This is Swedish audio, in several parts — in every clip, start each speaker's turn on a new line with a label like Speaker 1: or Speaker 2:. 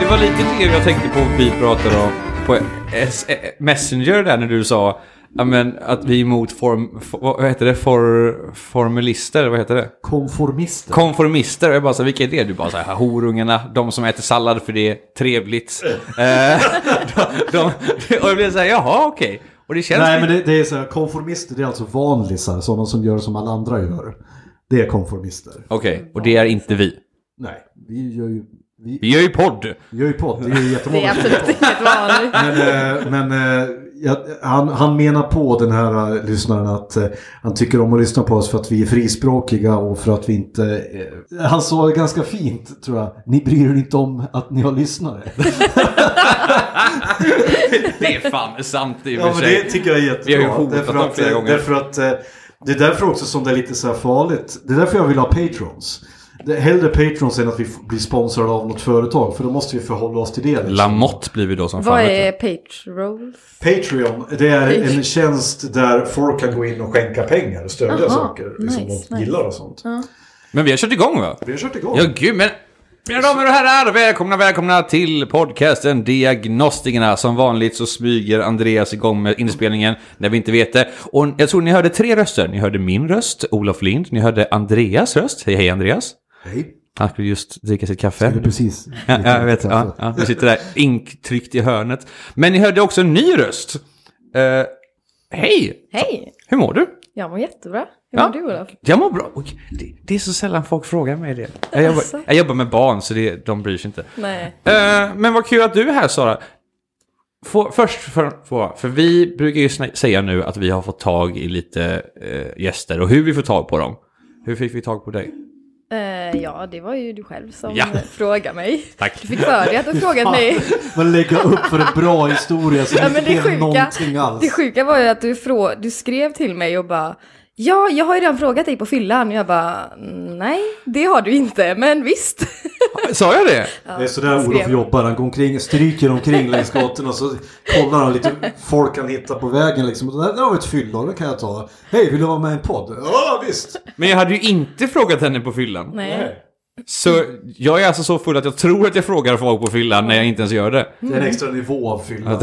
Speaker 1: Det var lite det jag tänkte på vi pratade om på S- eh, Messenger där när du sa ja, men, att vi är emot form, for, vad heter det? For, formulister, vad heter det?
Speaker 2: Konformister.
Speaker 1: Konformister. Jag bara så här, vilka är det? Du bara så här, horungarna, de som äter sallad för det är trevligt. Eh, de, de, och jag blev så här, jaha okej. Och det känns
Speaker 2: Nej men det, det är så här, konformister det är alltså vanlisar, sådana som gör som alla andra gör. Det är konformister.
Speaker 1: Okej, och det är inte vi.
Speaker 2: Nej, vi gör ju... Vi,
Speaker 1: Vi gör ju podd!
Speaker 2: vi gör ju podd, det är ju jättemånga
Speaker 3: Det är
Speaker 2: som gör
Speaker 3: absolut inget vanligt.
Speaker 2: Men, eh, men eh, jag, han, han menar på den här eh, lyssnaren att eh, han tycker om att lyssna på oss för att vi är frispråkiga och för att vi inte... eh, Han sa ganska fint tror jag, ni bryr er inte om att ni har lyssnare.
Speaker 1: Det är fan sant i och
Speaker 2: Ja
Speaker 1: för
Speaker 2: men det
Speaker 1: sig.
Speaker 2: tycker jag är jättebra.
Speaker 1: Vi har ju hotat
Speaker 2: därför
Speaker 1: dem
Speaker 2: att,
Speaker 1: flera
Speaker 2: eh,
Speaker 1: gånger.
Speaker 2: Därför att, eh, det är därför också som det är lite så här farligt. Det är därför jag vill ha patrons. Det är hellre patrons än att vi f- blir sponsrade av något företag för då måste vi förhålla oss till det. liksom.
Speaker 1: Lamotte blir vi då som
Speaker 3: Vad
Speaker 1: fan heter.
Speaker 3: är patrolls?
Speaker 2: Patreon, det är en tjänst där folk kan gå in och skänka pengar och stödja
Speaker 3: Aha,
Speaker 2: saker som de
Speaker 3: nice, nice.
Speaker 2: gillar och sånt.
Speaker 1: Men vi har kört igång va?
Speaker 2: Vi har kört igång.
Speaker 1: Ja, gud, men... Mina damer och herrar, välkomna, välkomna till podcasten Diagnostikerna. Som vanligt så smyger Andreas igång med inspelningen när vi inte vet det. Och jag tror ni hörde tre röster. Ni hörde min röst, Olof Lind. Ni hörde Andreas röst. Hej, hej Andreas.
Speaker 2: Hej.
Speaker 1: Han skulle just dricka sitt kaffe.
Speaker 2: precis.
Speaker 1: Ja, jag vet. Ja, ja, du sitter där inktryckt i hörnet. Men ni hörde också en ny röst. Eh, hej!
Speaker 3: Hej!
Speaker 1: Hur mår du?
Speaker 3: Jag mår jättebra. Hur
Speaker 1: Ja.
Speaker 3: mår du Olof?
Speaker 1: Jag mår bra. Oj, Det, det är så sällan folk frågar mig det. Jag jobbar,
Speaker 3: Alltså.
Speaker 1: jag jobbar med barn så det, de bryr sig inte.
Speaker 3: Nej.
Speaker 1: Eh, men vad kul att du är här Sara. Få, först för, få, för vi brukar ju sna- säga nu att vi har fått tag i lite eh, gäster och hur vi får tag på dem. Hur fick vi tag på dig?
Speaker 3: Eh, ja, det var ju du själv som
Speaker 1: Ja.
Speaker 3: frågade mig.
Speaker 1: Tack.
Speaker 3: Du fick för dig att du frågat mig.
Speaker 2: Man lägger upp för en bra historia som
Speaker 3: Ja,
Speaker 2: inte
Speaker 3: men det,
Speaker 2: blev
Speaker 3: sjuka,
Speaker 2: någonting alls.
Speaker 3: det sjuka var ju att du, frå, du skrev till mig och bara Ja, jag har ju redan frågat dig på fyllan och jag bara nej, det har du inte, men visst.
Speaker 1: Sa jag det?
Speaker 2: Det är sådär
Speaker 3: skrev.
Speaker 2: Olof jobbar. Han går omkring, stryker omkring längs gatorna och så kollar han lite folk han hittar på vägen liksom. Det där det var ett fyllor, det kan jag ta. Hej, vill du vara med i en podd? Ja, visst.
Speaker 1: Men jag hade ju inte frågat henne på fyllan.
Speaker 3: Nej.
Speaker 1: Så jag är alltså så full att jag tror att jag frågar folk på fyllan när jag inte ens gör det.
Speaker 2: Det är en extra nivå av fylla.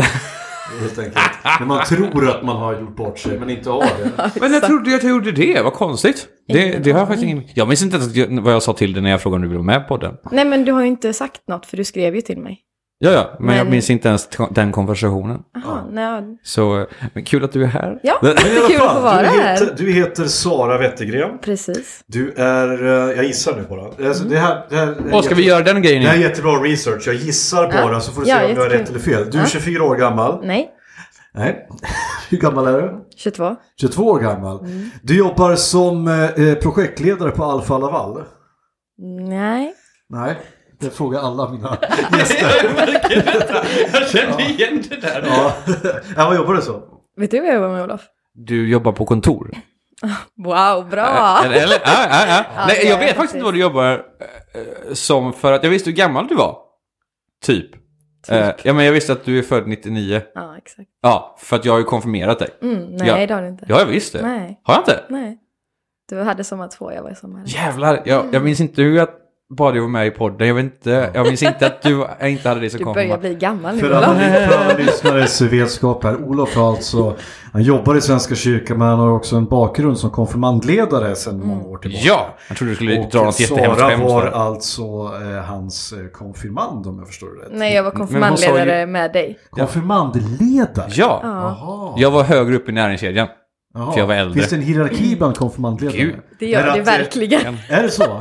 Speaker 2: Helt enkelt. När man tror att man har gjort bort sig men inte har det.
Speaker 1: Men jag trodde ju att jag gjorde det, vad konstigt. Det,
Speaker 3: Ingen
Speaker 1: det har jag faktiskt ingen... Jag minns inte ens att jag- vad jag sa till dig när jag frågade om du ville vara med på den.
Speaker 3: Nej, men du har ju inte sagt något för du skrev ju till mig.
Speaker 1: Ja, ja, men, jag
Speaker 3: Men-
Speaker 1: minns inte ens t- den konversationen.
Speaker 3: Jaha, nej.
Speaker 1: Så eh, men kul att du är här.
Speaker 3: Ja,
Speaker 2: Men i
Speaker 3: det
Speaker 2: alla
Speaker 3: är kul att
Speaker 2: fall,
Speaker 3: få vara
Speaker 2: du,
Speaker 3: här.
Speaker 2: heter, du heter Sara Wettergren.
Speaker 3: Precis.
Speaker 2: Du är, eh, jag gissar nu bara. Alltså, det här, det här är
Speaker 1: Åh, ska vi göra den grejen
Speaker 2: Det här är
Speaker 1: igen?
Speaker 2: jättebra research. Jag gissar
Speaker 3: Ja.
Speaker 2: bara så får du
Speaker 3: Ja,
Speaker 2: se om jag har
Speaker 3: jättekul.
Speaker 2: rätt eller fel. Du är
Speaker 3: Ja. Mm.
Speaker 2: 24 år gammal.
Speaker 3: Nej,
Speaker 2: Nej. Hur gammal är du?
Speaker 3: 22.
Speaker 2: 22 år gammal.
Speaker 3: Mm.
Speaker 2: Du jobbar som eh, projektledare på Alfa Laval.
Speaker 3: Nej.
Speaker 2: Nej, det frågar alla mina gäster.
Speaker 1: Jag kände igen det där.
Speaker 2: ja. ja, vad jobbar du som?
Speaker 3: Vet du vad jag jobbar med Olof?
Speaker 1: Du jobbar på kontor?
Speaker 3: Wow, bra!
Speaker 1: Eller? eller? Ja, ja, ja. Nej,
Speaker 3: det
Speaker 1: jag
Speaker 3: är
Speaker 1: vet faktiskt
Speaker 3: faktiskt.
Speaker 1: inte vad du jobbar eh, som för att jag visste hur gammal du var. Typ. Eh, ja, men jag visste att du är född 99.
Speaker 3: Ja, exakt.
Speaker 1: Ja, för att jag har ju konfirmerat dig.
Speaker 3: Mm, nej,
Speaker 1: Ja.
Speaker 3: det har du inte.
Speaker 1: Ja, jag visste.
Speaker 3: Nej,
Speaker 1: Har jag inte?
Speaker 3: nej. Du hade sommar två, jag var i sommar ett.
Speaker 1: Jävlar, jag, jag minns inte hur jag bara du var med i podden. Jag, vet inte, jag minns inte att du jag inte hade dig som
Speaker 3: Du börjar
Speaker 1: konfirmand.
Speaker 3: bli gammal nu
Speaker 2: För alla,
Speaker 3: Olof.
Speaker 2: för alla lyssnares vetskap här. Olof har alltså, han jobbar i Svenska kyrkan men han har också en bakgrund som konfirmandledare sedan
Speaker 3: Mm.
Speaker 2: många år tillbaka.
Speaker 1: Ja, jag trodde du skulle
Speaker 2: Och
Speaker 1: dra något jättehemskt
Speaker 2: Sara
Speaker 1: skämt.
Speaker 2: var
Speaker 1: där.
Speaker 2: alltså eh, hans eh, konfirmand om jag förstår det rätt.
Speaker 3: Nej, jag var
Speaker 1: Men hon sa
Speaker 3: konfirmandledare med dig.
Speaker 2: Konfirmandledare?
Speaker 1: Ja,
Speaker 3: Ja.
Speaker 2: Jaha.
Speaker 1: jag var högre upp i näringskedjan.
Speaker 2: Jaha.
Speaker 1: För jag var äldre.
Speaker 2: Finns det en hierarki bland konfirmandledarna?
Speaker 1: Gud.
Speaker 3: Det gör
Speaker 2: Men att,
Speaker 3: det
Speaker 2: eh,
Speaker 3: verkligen.
Speaker 2: Är det så?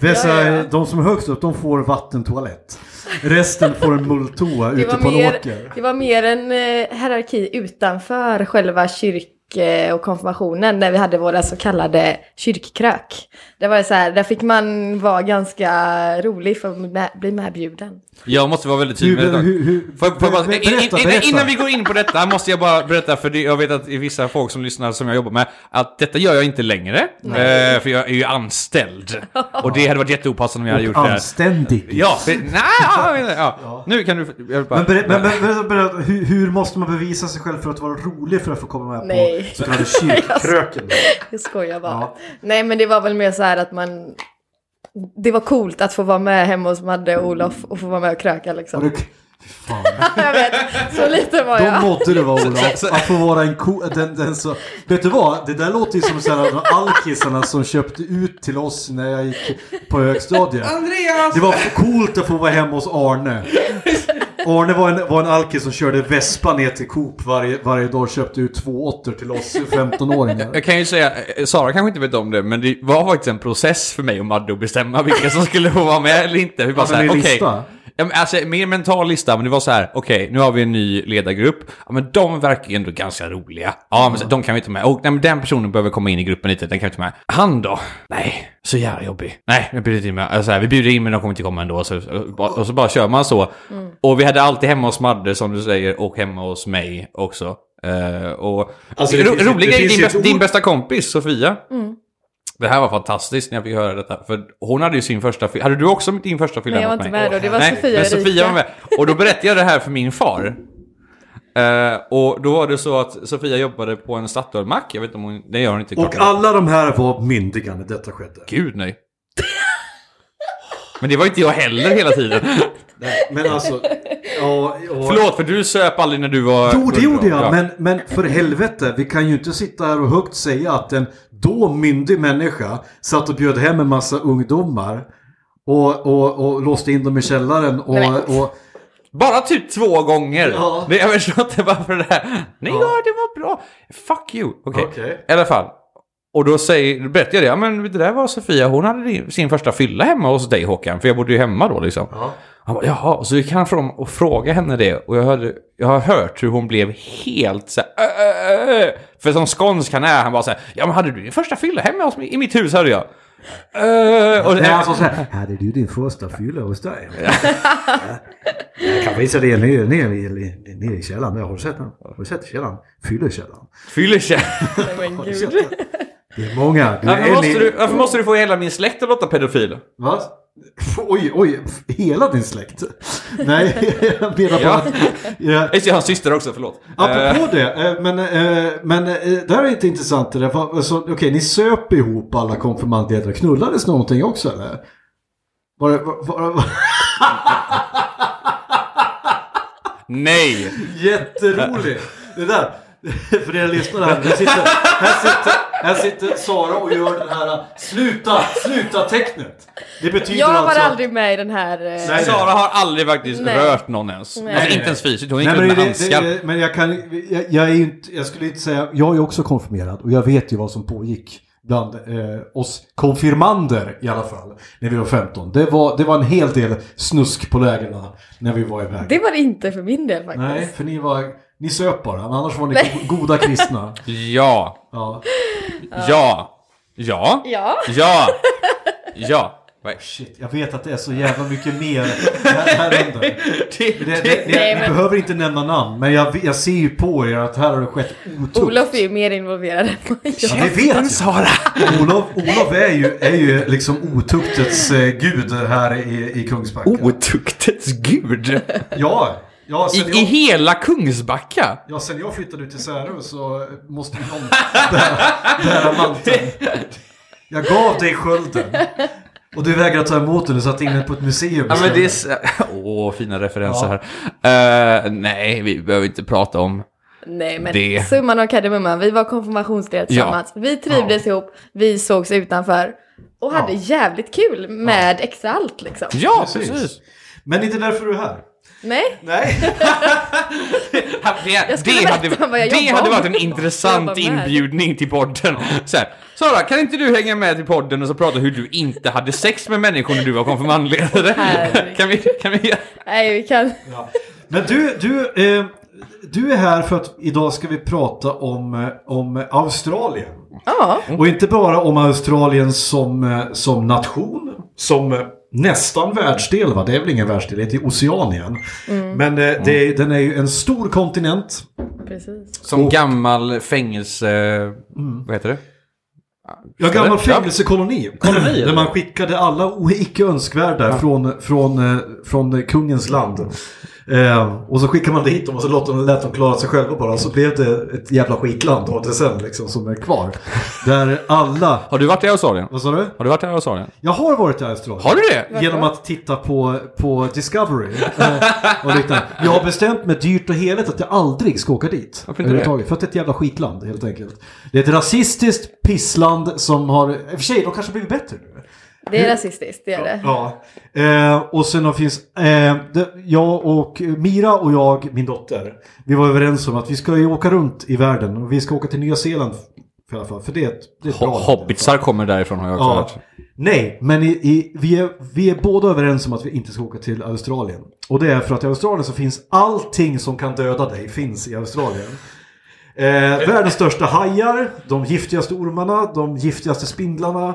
Speaker 2: Dessa,
Speaker 3: Ja, ja, ja.
Speaker 2: De som är högst upp, de får vattentoalett. Resten får en mulltoa
Speaker 3: Det
Speaker 2: ute
Speaker 3: var,
Speaker 2: på en
Speaker 3: mer,
Speaker 2: åker.
Speaker 3: det var mer en eh, hierarki utanför själva kyrk eh, och konfirmationen när vi hade våra så kallade kyrkkrök. Det var så här, där fick man vara ganska rolig för att bli med- bli medbjuden.
Speaker 1: Jag måste vara väldigt
Speaker 2: Hur,
Speaker 1: tydlig med detta.
Speaker 2: hur, hur,
Speaker 1: Får jag, får jag bara,
Speaker 2: Ber- berätta,
Speaker 1: in, in,
Speaker 2: berätta.
Speaker 1: Innan vi går in på detta måste jag bara berätta, för det, jag vet att det är vissa folk som lyssnar som jag jobbar med, att detta gör jag inte längre. Eh, för jag är ju anställd. Och det hade varit jätteopassande om jag hade gjort det här.
Speaker 2: Anständig.
Speaker 1: Ja, för, nej, ja, men- ja. Nu kan du... Jag vill bara,
Speaker 2: Men, berätta, men, men, men berätta, hur, hur måste man bevisa sig själv för att vara rolig för att få komma med
Speaker 3: Nej.
Speaker 2: på så kallade kyrkkröken?
Speaker 3: Jag skojar bara.
Speaker 2: Ja.
Speaker 3: Nej men det var väl mer så här att man... Det var coolt att få vara med hemma hos Madde och Olof och få vara med och
Speaker 2: Mm.
Speaker 3: kröka
Speaker 2: Och
Speaker 3: liksom.
Speaker 2: du- Fy Fan.
Speaker 3: jag vet, så lite var
Speaker 2: Då
Speaker 3: jag.
Speaker 2: mådde du vara Olof, att få vara en ko, den, den så, Vet du vad, det där låter ju som så här, de alkisarna som köpte ut till oss när jag gick på högstadiet.
Speaker 1: Andreas!
Speaker 2: Det var för coolt att få vara hemma hos Arne. Arne var en, var en alkis som körde Vespa ner till Coop varje, varje dag och köpte ut två åttor till oss 15-åringar.
Speaker 1: Jag kan ju säga, eh, Sara kanske inte vet om det, men det var faktiskt en process för mig och Madde att bestämma vilka som skulle få vara med eller inte. Vi bara
Speaker 2: Ja, men
Speaker 1: såhär,
Speaker 2: det är
Speaker 1: okej.
Speaker 2: lista.
Speaker 1: Ja, men alltså, mer mental lista, men det var så här: okej, nu har vi en ny ledargrupp. Ja, men de verkar ju ändå ganska roliga. Ja, men så- de kan vi ta med. Och nej, men den personen behöver komma in i gruppen lite, den kan vi ta med. Han då? Nej, så jävla jobbig. Nej, vi bjuder in med. Alltså, så här, vi bjuder in men de kommer inte komma ändå. Så, och så bara kör man så. Och vi hade alltid hemma hos Madde, som du säger, och hemma hos mig också. Eh, och
Speaker 2: Alltså, det
Speaker 1: Ro-
Speaker 2: finns ju-
Speaker 1: rolig
Speaker 2: det
Speaker 1: grej,
Speaker 2: finns
Speaker 1: din,
Speaker 2: ju ett
Speaker 1: bästa,
Speaker 2: ord-
Speaker 1: din bästa kompis Sofia.
Speaker 3: Mm.
Speaker 1: Det här var fantastiskt när jag fick höra detta. För hon hade ju sin första fylla. Hade du också din första fylla
Speaker 3: Nej, jag var
Speaker 1: hos
Speaker 3: inte
Speaker 1: mig?
Speaker 3: med då. Det var
Speaker 1: Nej,
Speaker 3: Sofia
Speaker 1: men
Speaker 3: och
Speaker 1: Sofia
Speaker 3: Erika.
Speaker 1: var med. Och då berättade jag det här för min far. Eh, och då var det så att Sofia jobbade på en Statoilmack. Jag vet inte om hon... Det gör hon inte.
Speaker 2: Och
Speaker 1: klart.
Speaker 2: alla de här var myndiga när detta skedde.
Speaker 1: Gud nej. Men det var ju inte jag heller hela tiden.
Speaker 2: Nej, men alltså... Ja, ja.
Speaker 1: Förlåt, för du söp aldrig när du var...
Speaker 2: Jo, det gjorde jag.
Speaker 1: Ja.
Speaker 2: Men, men för helvete, vi kan ju inte sitta här och högt säga att en då myndig människa satt och bjöd hem en massa ungdomar och, och, och låste in dem i källaren och... och
Speaker 1: Bara typ två gånger.
Speaker 2: Ja.
Speaker 1: Det, jag förstår inte varför det här. Nej, ja. det var bra. Fuck you. Okej.
Speaker 2: Okej.
Speaker 1: I alla fall. Och då säger, då berättar jag det. Ja, men det där var Sofia. Hon hade din- sin första fylla hemma hos dig Håkan. För jag bodde ju hemma då liksom.
Speaker 2: Ja.
Speaker 1: Han bara, jaha. Och så gick han fram och frågade henne det. Och jag, hörde, jag har hört hur hon blev helt så här, "Ö, ö, ö, ö." För som skånsk han är, han bara så här, ja men hade du din första fylla hemma hos mig, i mitt hus hörde jag. "Ö." Och,
Speaker 2: Nej, han sa så här, hade du din första fylla hos dig? Jag kan visa dig nere, nere, i- nere i källaren. där. Har du sett den? Har du sett källaren? Fyllekällaren.
Speaker 1: Fyllekärring.
Speaker 3: Nej, men
Speaker 2: Har du
Speaker 3: gud.
Speaker 2: sett den? Det är många. Du är
Speaker 1: Varför
Speaker 2: en
Speaker 1: måste
Speaker 2: i-
Speaker 1: du- varför måste du få hela min släkt att låta pedofil?
Speaker 2: Va? Oj, oj, hela din släkt? Nej, jag menar bara
Speaker 1: Ja.
Speaker 2: att... Ja.
Speaker 1: Just det, Jag har en syster också, förlåt.
Speaker 2: Apropå det, eh, men, eh, men eh, det här är inte intressant. det där, för, Alltså, Okej, ni söp ihop alla konfirmandledare. Knullades någonting också eller? Var det... Var, var, var...
Speaker 1: Nej!
Speaker 2: Jätterolig! Det där, för er lyssnare här, här sitter, här, sitter, här sitter Sara och gör den här sluta, sluta tecknet. Det betyder
Speaker 3: Jag var
Speaker 2: alltså...
Speaker 3: aldrig med i den här... eh,
Speaker 2: Nej.
Speaker 1: Sara har aldrig faktiskt
Speaker 3: Nej.
Speaker 1: rört någon ens.
Speaker 3: Nej.
Speaker 1: Alltså
Speaker 2: Nej.
Speaker 1: inte ens fysiskt, hon gick
Speaker 2: Nej,
Speaker 1: runt
Speaker 2: men, det,
Speaker 1: med
Speaker 2: det,
Speaker 1: handskar.
Speaker 2: det, men jag kan jag, jag är ju inte, jag skulle inte säga, jag är också konfirmerad och jag vet ju vad som pågick bland eh, oss konfirmander i alla fall när vi var 15. Det var, det var en hel del snusk på lägren när vi var iväg.
Speaker 3: Det var det inte för min del faktiskt.
Speaker 2: Nej, för ni var, ni söp bara, men annars var ni go- goda kristna.
Speaker 1: Ja,
Speaker 2: Ja.
Speaker 1: ja, ja,
Speaker 3: Ja.
Speaker 1: ja, ja. Vad är-
Speaker 2: Shit, jag vet att det är så jävla mycket mer här, här under.
Speaker 1: Det-
Speaker 2: Det, det,
Speaker 1: det-
Speaker 2: det,
Speaker 3: Nej,
Speaker 2: vi
Speaker 3: men-
Speaker 2: behöver inte nämna namn, men jag, jag ser ju på er att här har det skett otukt.
Speaker 3: Olof är ju mer involverad än vad jag.
Speaker 2: Ja, det vet jag.
Speaker 1: Sara!
Speaker 2: Olof, Olof är, ju, är ju liksom otuktets eh, gud här i, i Kungsbacka.
Speaker 1: Otuktets gud!
Speaker 2: Ja, ja sen,
Speaker 1: Oh. I, I
Speaker 2: jag,
Speaker 1: hela Kungsbacka!
Speaker 2: ja, sen jag flyttade ut till Särö så måste ju någon bära, bära manteln. Jag gav dig skölden. Och du vägrade ta emot den, du satte in den på ett museum.
Speaker 1: Ja men det är...
Speaker 2: istället.
Speaker 1: s- Åh, fina referenser här. Eh, nej, vi behöver inte prata om...
Speaker 3: Nej men
Speaker 1: Det-
Speaker 3: summan av kardemumman, vi var konfirmationsledare tillsammans. Vi trivdes ihop, vi sågs utanför och hade jävligt kul med extra allt liksom.
Speaker 1: Ja,
Speaker 2: Precis.
Speaker 1: precis!
Speaker 2: Men inte därför du är här.
Speaker 3: Nej,
Speaker 2: Nej.
Speaker 1: Det,
Speaker 3: Jag skulle
Speaker 1: det, hade,
Speaker 3: berätta vad jag
Speaker 1: det
Speaker 3: jobbar
Speaker 1: hade varit
Speaker 3: med.
Speaker 1: en intressant
Speaker 3: Jag jobbar med.
Speaker 1: inbjudning till podden. Så här, Sara, kan inte du hänga med till podden och så prata hur du inte hade sex med människor när du var konfirmandledare?
Speaker 3: herregud.
Speaker 1: kan vi, kan vi,
Speaker 3: nej vi kan.
Speaker 2: Ja. Men du, du, eh, du är här för att idag ska vi prata om, eh, om Australien.
Speaker 3: Ja,
Speaker 2: Och inte bara om Australien som, eh, som nation, som eh, nästan världsdel, va? det är väl ingen världsdel, det heter ju Oceanien. Men eh, det, den är ju en stor kontinent.
Speaker 3: precis.
Speaker 1: som gammal fängelse... Vad heter det?
Speaker 2: Ja,
Speaker 1: Ställe.
Speaker 2: gammal fängelsekoloni.
Speaker 1: Koloni,
Speaker 2: där
Speaker 1: eller?
Speaker 2: man skickade alla o- icke önskvärda från, från, eh, från eh, kungens land. Eh, och så skickade man dit dem och så lät de, lät dem klara sig själva bara. Så blev det ett jävla skitland av det sen liksom som är kvar. Där alla...
Speaker 1: Har du varit i Australien?
Speaker 2: Vad sa du?
Speaker 1: Har du varit i Australien?
Speaker 2: Jag har varit i Australien.
Speaker 1: Har du det?
Speaker 2: Genom att titta på, på Discovery eh, och liknande. Jag har bestämt mig dyrt och heligt att jag aldrig ska åka dit.
Speaker 1: Varför inte det?
Speaker 2: överhuvudtaget. För att det är ett jävla skitland helt enkelt. Det är ett rasistiskt pissland som har, i och för sig de kanske har blivit bättre nu.
Speaker 3: Det är rasistiskt, det är det.
Speaker 2: Ja. Eh, och sen har finns, eh, det, jag och Mira och jag, min dotter, vi var överens om att vi ska ju åka runt i världen och vi ska åka till Nya Zeeland. För, i alla fall, för det är ett, det är ett bra land liksom. i alla fall.
Speaker 1: Hobbitsar kommer därifrån har jag också
Speaker 2: Ja.
Speaker 1: hört.
Speaker 2: Nej, men i, i, vi, är, vi är båda överens om att vi inte ska åka till Australien. Och det är för att i Australien så finns allting som kan döda dig finns i Australien. Eh, världens största hajar, de giftigaste ormarna, de giftigaste spindlarna,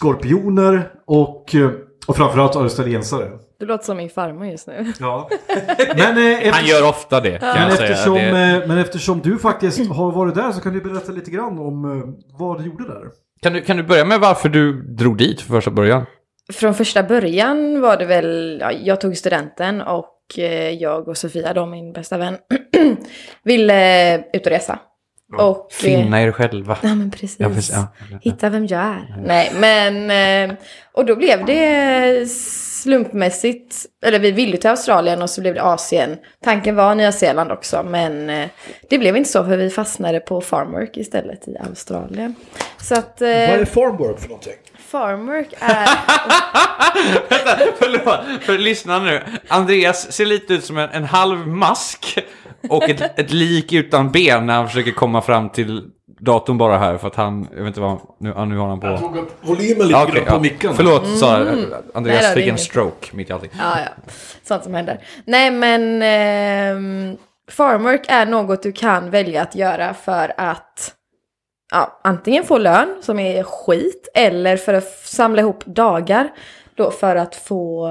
Speaker 2: skorpioner och, eh, och framförallt australiensare.
Speaker 3: Du låter som min farmor just nu.
Speaker 2: Ja. Men, eh, efter,
Speaker 1: Han gör ofta det, kan
Speaker 2: men,
Speaker 1: jag säga.
Speaker 2: eftersom,
Speaker 1: Det-
Speaker 2: eh, men eftersom du faktiskt har varit där så kan du berätta lite grann om eh, vad du gjorde där.
Speaker 1: Kan du, kan du börja med varför du drog dit för första början?
Speaker 3: Från första början var det väl, ja, jag tog studenten och eh, jag och Sofia, då min bästa vän, ville eh, ut och resa. Och, eh,
Speaker 1: Finna er själva.
Speaker 3: Ja men precis.
Speaker 1: Ja, precis, ja.
Speaker 3: Hitta vem jag är. Nej men, eh, och då blev det slumpmässigt, eller vi ville till Australien och så blev det Asien. Tanken var Nya Zeeland också men eh, det blev inte så för vi fastnade på farmwork istället i Australien. Så att eh,
Speaker 2: farmwork för någonting?
Speaker 3: farmwork är...
Speaker 1: Förlåt, för lyssna nu. Andreas ser lite ut som en, en halv mask och ett, ett lik utan ben när han försöker komma fram till datorn bara här för att han, jag vet inte vad han, nu, ja, nu har han på.
Speaker 2: tog upp volymen lite
Speaker 1: Ja, okej, ja. Förlåt, sa
Speaker 3: Mm. Nej, det
Speaker 1: Andreas
Speaker 3: är
Speaker 1: fick en
Speaker 3: inget.
Speaker 1: stroke mitt i allting.
Speaker 3: Ja, ja. Sånt som händer. Nej, men ehm, farmwork är något du kan välja att göra för att ja, antingen få lön som är skit eller för att f- samla ihop dagar då för att få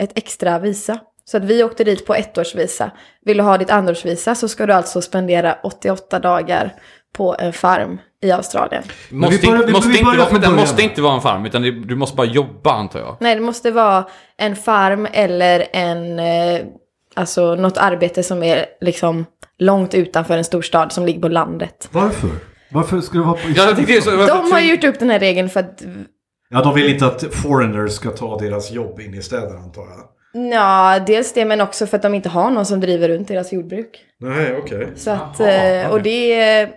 Speaker 3: ett extra visa. Så att vi åkte dit på ettårsvisa. Vill du ha ditt andraårsvisa så ska du alltså spendera 88 dagar på en farm i Australien.
Speaker 1: Måste,
Speaker 2: vi börjar-
Speaker 1: inte-
Speaker 2: vi-
Speaker 1: måste,
Speaker 2: vi
Speaker 1: inte,
Speaker 2: börjar
Speaker 1: vara-
Speaker 2: från
Speaker 1: vänta,
Speaker 2: början.
Speaker 1: måste inte vara en farm, utan det, du måste bara jobba antar jag.
Speaker 3: Nej, det måste vara en farm eller en, eh, alltså något arbete som är liksom långt utanför en storstad som ligger på landet.
Speaker 2: Varför? Varför ska det vara på
Speaker 1: Ja, Jag tänkte, så,
Speaker 3: De har gjort upp den här regeln för att,
Speaker 2: Ja, de vill inte att foreigners ska ta deras jobb in i städerna antar jag.
Speaker 3: ja, dels det men också för att de inte har någon som driver runt deras jordbruk.
Speaker 2: Nej, okej.
Speaker 3: Så att,
Speaker 1: Jaha,
Speaker 3: eh,
Speaker 1: okej.
Speaker 3: och det är,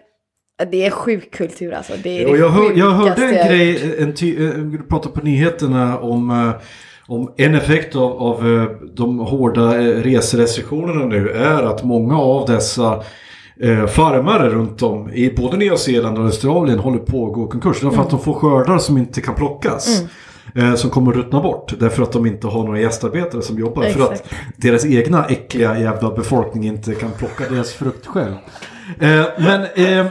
Speaker 3: det är sjuk kultur alltså. Det är
Speaker 2: Och
Speaker 3: det
Speaker 2: jag, hör, jag
Speaker 3: sjukaste
Speaker 2: hörde en
Speaker 3: jag-
Speaker 2: grej, en ty, eh, du pratade på nyheterna om, eh, om en effekt av, av eh, de hårda eh, reserestriktionerna nu är att många av dessa eh, farmare runt om i både Nya Zeeland och Australien håller på att gå i konkurs. Därför
Speaker 3: Mm.
Speaker 2: att de får skördar som inte kan plockas. eh, Som kommer att ruttna bort därför att de inte har några gästarbetare som jobbar. För att
Speaker 3: Exakt.
Speaker 2: deras egna äckliga jävla befolkning inte kan plocka deras frukt själv. Eh, Men eh,